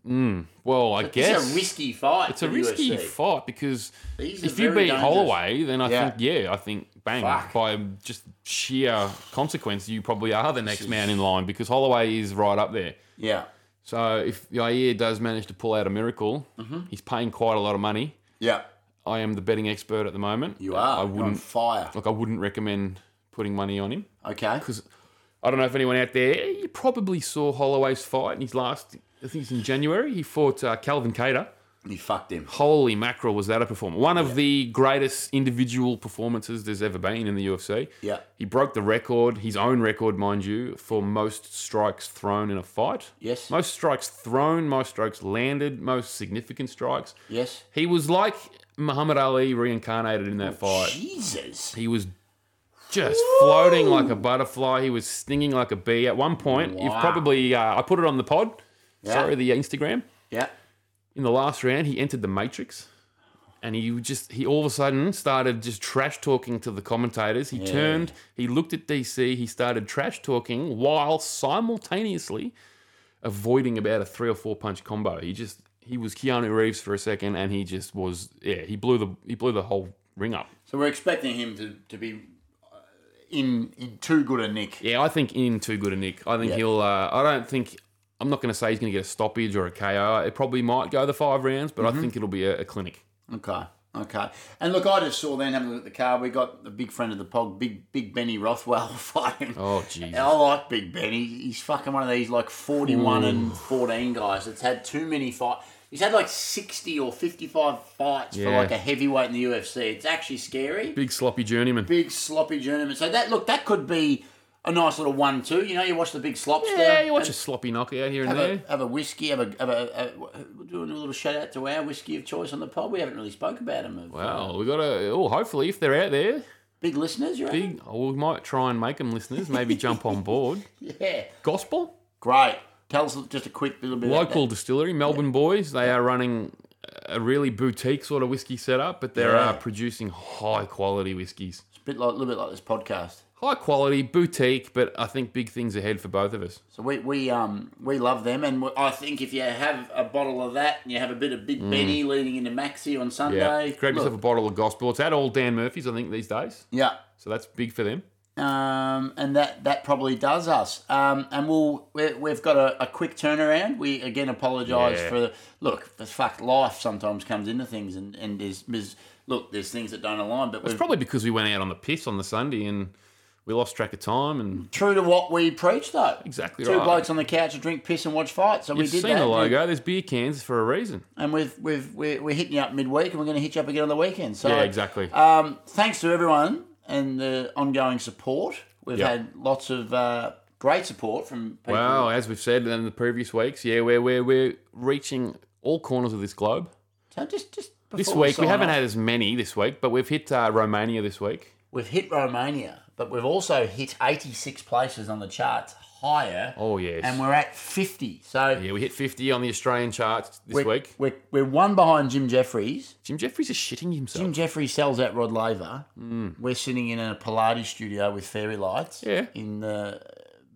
Speaker 2: Well, I guess
Speaker 1: It's a risky fight.
Speaker 2: It's a risky fight because
Speaker 1: These are
Speaker 2: if you
Speaker 1: very
Speaker 2: beat
Speaker 1: dangerous.
Speaker 2: Holloway, then I
Speaker 1: Yeah.
Speaker 2: think yeah, I think bang
Speaker 1: Fuck.
Speaker 2: by just sheer consequence, you probably are the next man in line because Holloway is right up there.
Speaker 1: Yeah,
Speaker 2: So if Yair does manage to pull out a miracle,
Speaker 1: Mm-hmm.
Speaker 2: he's paying quite a lot of money.
Speaker 1: yeah.
Speaker 2: I am the betting expert at the moment.
Speaker 1: You are.
Speaker 2: I
Speaker 1: You're on
Speaker 2: wouldn't
Speaker 1: fire.
Speaker 2: like. I wouldn't recommend putting money on him.
Speaker 1: Okay.
Speaker 2: I don't know if anyone out there, you probably saw Holloway's fight in his last. I think it's in January. He fought uh, Calvin Cater.
Speaker 1: You fucked him.
Speaker 2: Holy mackerel, was that a performance? One of the greatest individual performances there's ever been in the UFC.
Speaker 1: Yeah.
Speaker 2: He broke the record, his own record, mind you, for most strikes thrown in a fight.
Speaker 1: Yes.
Speaker 2: Most strikes thrown, most strikes landed, most significant strikes.
Speaker 1: Yes.
Speaker 2: He was like Muhammad Ali reincarnated in that fight.
Speaker 1: Jesus.
Speaker 2: He was just floating like a butterfly. He was stinging like a bee at one point. You've
Speaker 1: Wow.
Speaker 2: probably uh, I put it on the pod.
Speaker 1: Yeah.
Speaker 2: Sorry, the Instagram.
Speaker 1: Yeah.
Speaker 2: In the last round, he entered the matrix, and he just he all of a sudden started just trash talking to the commentators. He turned, he looked at DC, he started trash talking while simultaneously avoiding about a three or four punch combo. He just he was Keanu Reeves for a second, and he just was yeah he blew the he blew the whole ring up.
Speaker 1: So we're expecting him to, to be uh, in, in too good a nick.
Speaker 2: Yeah, I think in too good a nick. I think
Speaker 1: Yeah.
Speaker 2: he'll. Uh, I don't think. I'm not going to say he's going to get a stoppage or a KO. It probably might go the five rounds, but I think it'll be a, a clinic.
Speaker 1: Okay. Okay. And look, I just saw then having a look at the card. We got a big friend of the pod, big big Benny Rothwell (laughs) fighting.
Speaker 2: Oh, Jesus.
Speaker 1: I like Big Ben. He, he's fucking one of these like forty-one and fourteen guys that's had too many fight. He's had like sixty or fifty-five fights for
Speaker 2: Yeah.
Speaker 1: like a heavyweight in the UFC. It's actually scary.
Speaker 2: Big sloppy journeyman.
Speaker 1: Big sloppy journeyman. So that look, that could be a nice little one-two. You know, you watch the big slopster.
Speaker 2: yeah, you watch a sloppy knockout here and
Speaker 1: Have
Speaker 2: there.
Speaker 1: a, have a whiskey, have a, have a, a, we're doing a little shout out to our whiskey of choice on the pod. We haven't really spoke about him. uh,
Speaker 2: Well, we got to. Oh, hopefully, if they're out there,
Speaker 1: Big listeners, you reckon?
Speaker 2: big. Oh, we might try and make them
Speaker 1: (laughs)
Speaker 2: listeners. Maybe jump on board.
Speaker 1: Yeah.
Speaker 2: Gospel
Speaker 1: Great. Tell us just a quick little bit. about
Speaker 2: local distillery, Melbourne boys. They are running a really boutique sort of whiskey setup, but they are
Speaker 1: Yeah.
Speaker 2: producing high quality whiskies.
Speaker 1: that. It's a bit like, little bit like this podcast.
Speaker 2: High quality boutique, but I think big things ahead for both of us.
Speaker 1: So we, we um we love them, and we, I think if you have a bottle of that and you have a bit of Big Benny leading into Maxi on Sunday,
Speaker 2: Mm. Grab yourself a
Speaker 1: look,
Speaker 2: bottle of gospel. It's at all Dan Murphy's, I think, these days.
Speaker 1: yeah.
Speaker 2: So that's big for them.
Speaker 1: Um, and that, that probably does us. Um, and we'll we're, we've got a, a quick turnaround. We again apologise
Speaker 2: Yeah.
Speaker 1: for the look. The fuck life sometimes comes into things, and and there's, there's look there's things that don't align. But we're
Speaker 2: It's probably because we went out on the piss on the Sunday and we lost track of time and
Speaker 1: true to what we preach, though.
Speaker 2: Exactly
Speaker 1: Two
Speaker 2: right.
Speaker 1: blokes on the couch who drink piss and watch fights. So we
Speaker 2: You've
Speaker 1: did
Speaker 2: seen
Speaker 1: that.
Speaker 2: the logo. There's beer cans for a reason.
Speaker 1: and we've we've we're, we're hitting you up midweek, and we're going to hit you up again on the weekend. So
Speaker 2: Yeah, exactly.
Speaker 1: Um, thanks to everyone and the ongoing support. We've
Speaker 2: Yep.
Speaker 1: had lots of uh, great support from people.
Speaker 2: Wow, as we've said in the previous weeks, yeah, we're, we're, we're reaching all corners of this globe.
Speaker 1: So just just
Speaker 2: This
Speaker 1: before
Speaker 2: week, we
Speaker 1: sign
Speaker 2: haven't
Speaker 1: off,
Speaker 2: had as many this week, but we've hit uh, Romania this week.
Speaker 1: we've hit Romania, but we've also hit eighty six places on the charts higher,
Speaker 2: Oh, yes.
Speaker 1: and we're at fifty. So
Speaker 2: yeah, we hit 50 on the Australian charts this
Speaker 1: we're,
Speaker 2: week.
Speaker 1: we're we're one behind Jim Jeffries.
Speaker 2: Jim Jeffries is shitting himself.
Speaker 1: Jim Jeffries sells out Rod Laver. We're sitting in a Pilates studio with fairy lights
Speaker 2: Mm. Yeah.
Speaker 1: in the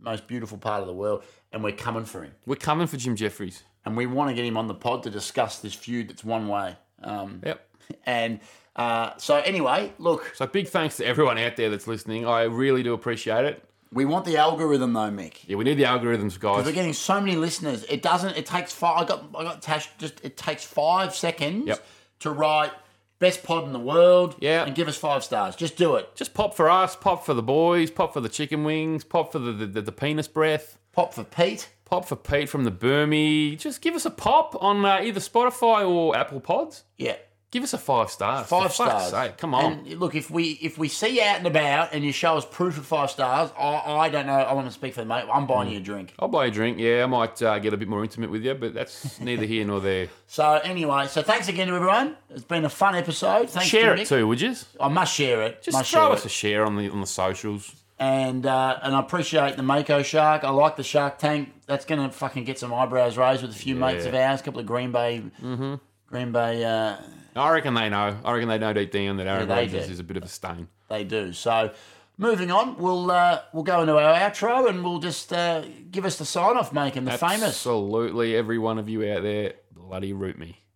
Speaker 1: most beautiful part of the world, and we're coming for him.
Speaker 2: We're coming for Jim Jeffries.
Speaker 1: And we want to get him on the pod to discuss this feud that's one way. Um,
Speaker 2: Yep.
Speaker 1: And uh, so, anyway, look,
Speaker 2: So big thanks to everyone out there that's listening. I really do appreciate it.
Speaker 1: we want the algorithm though, Mick.
Speaker 2: Yeah, we need the algorithms,
Speaker 1: We're
Speaker 2: guys.
Speaker 1: getting so many listeners. It doesn't. It takes five. I got. I got Tash. Just it takes five seconds
Speaker 2: Yep.
Speaker 1: to write best pod in the world.
Speaker 2: Yeah.
Speaker 1: And give us five stars. Just do it.
Speaker 2: Just pop for us, pop for the boys, pop for the chicken wings, pop for the the, the, the penis breath,
Speaker 1: Pop for Pete.
Speaker 2: pop for Pete from the Burmy. Just give us a pop on uh, either Spotify or Apple Pods.
Speaker 1: Yeah.
Speaker 2: Give us a five stars.
Speaker 1: Five
Speaker 2: for fuck's
Speaker 1: stars.
Speaker 2: sake, come on.
Speaker 1: And look, if we if we see you out and about and you show us proof of five stars, I, I don't know. I want to speak for the mate. I'm
Speaker 2: Hmm.
Speaker 1: buying you a drink.
Speaker 2: I'll buy a drink. Yeah, I might uh, get a bit more intimate with you,
Speaker 1: (laughs)
Speaker 2: but that's neither here nor there.
Speaker 1: So anyway, so thanks again to everyone. It's been a fun episode. Thanks
Speaker 2: share
Speaker 1: to
Speaker 2: it
Speaker 1: Mick.
Speaker 2: too, would you? Just
Speaker 1: I must share it. must
Speaker 2: throw
Speaker 1: share
Speaker 2: us
Speaker 1: it.
Speaker 2: a share on the on the socials.
Speaker 1: And uh, and I appreciate the Mako Shark. I like the Shark Tank. That's gonna fucking get some eyebrows raised with a few mates of ours, a couple of Green Bay,
Speaker 2: Mm-hmm.
Speaker 1: Green Bay. Uh,
Speaker 2: I reckon they know. I reckon they know deep down that Aaron
Speaker 1: they
Speaker 2: Rodgers
Speaker 1: do.
Speaker 2: is a bit of a stain.
Speaker 1: they do. So moving on, we'll uh, we'll go into our outro and we'll just uh, give us the sign off, making the famous.
Speaker 2: Absolutely, every one of you out there, bloody root me.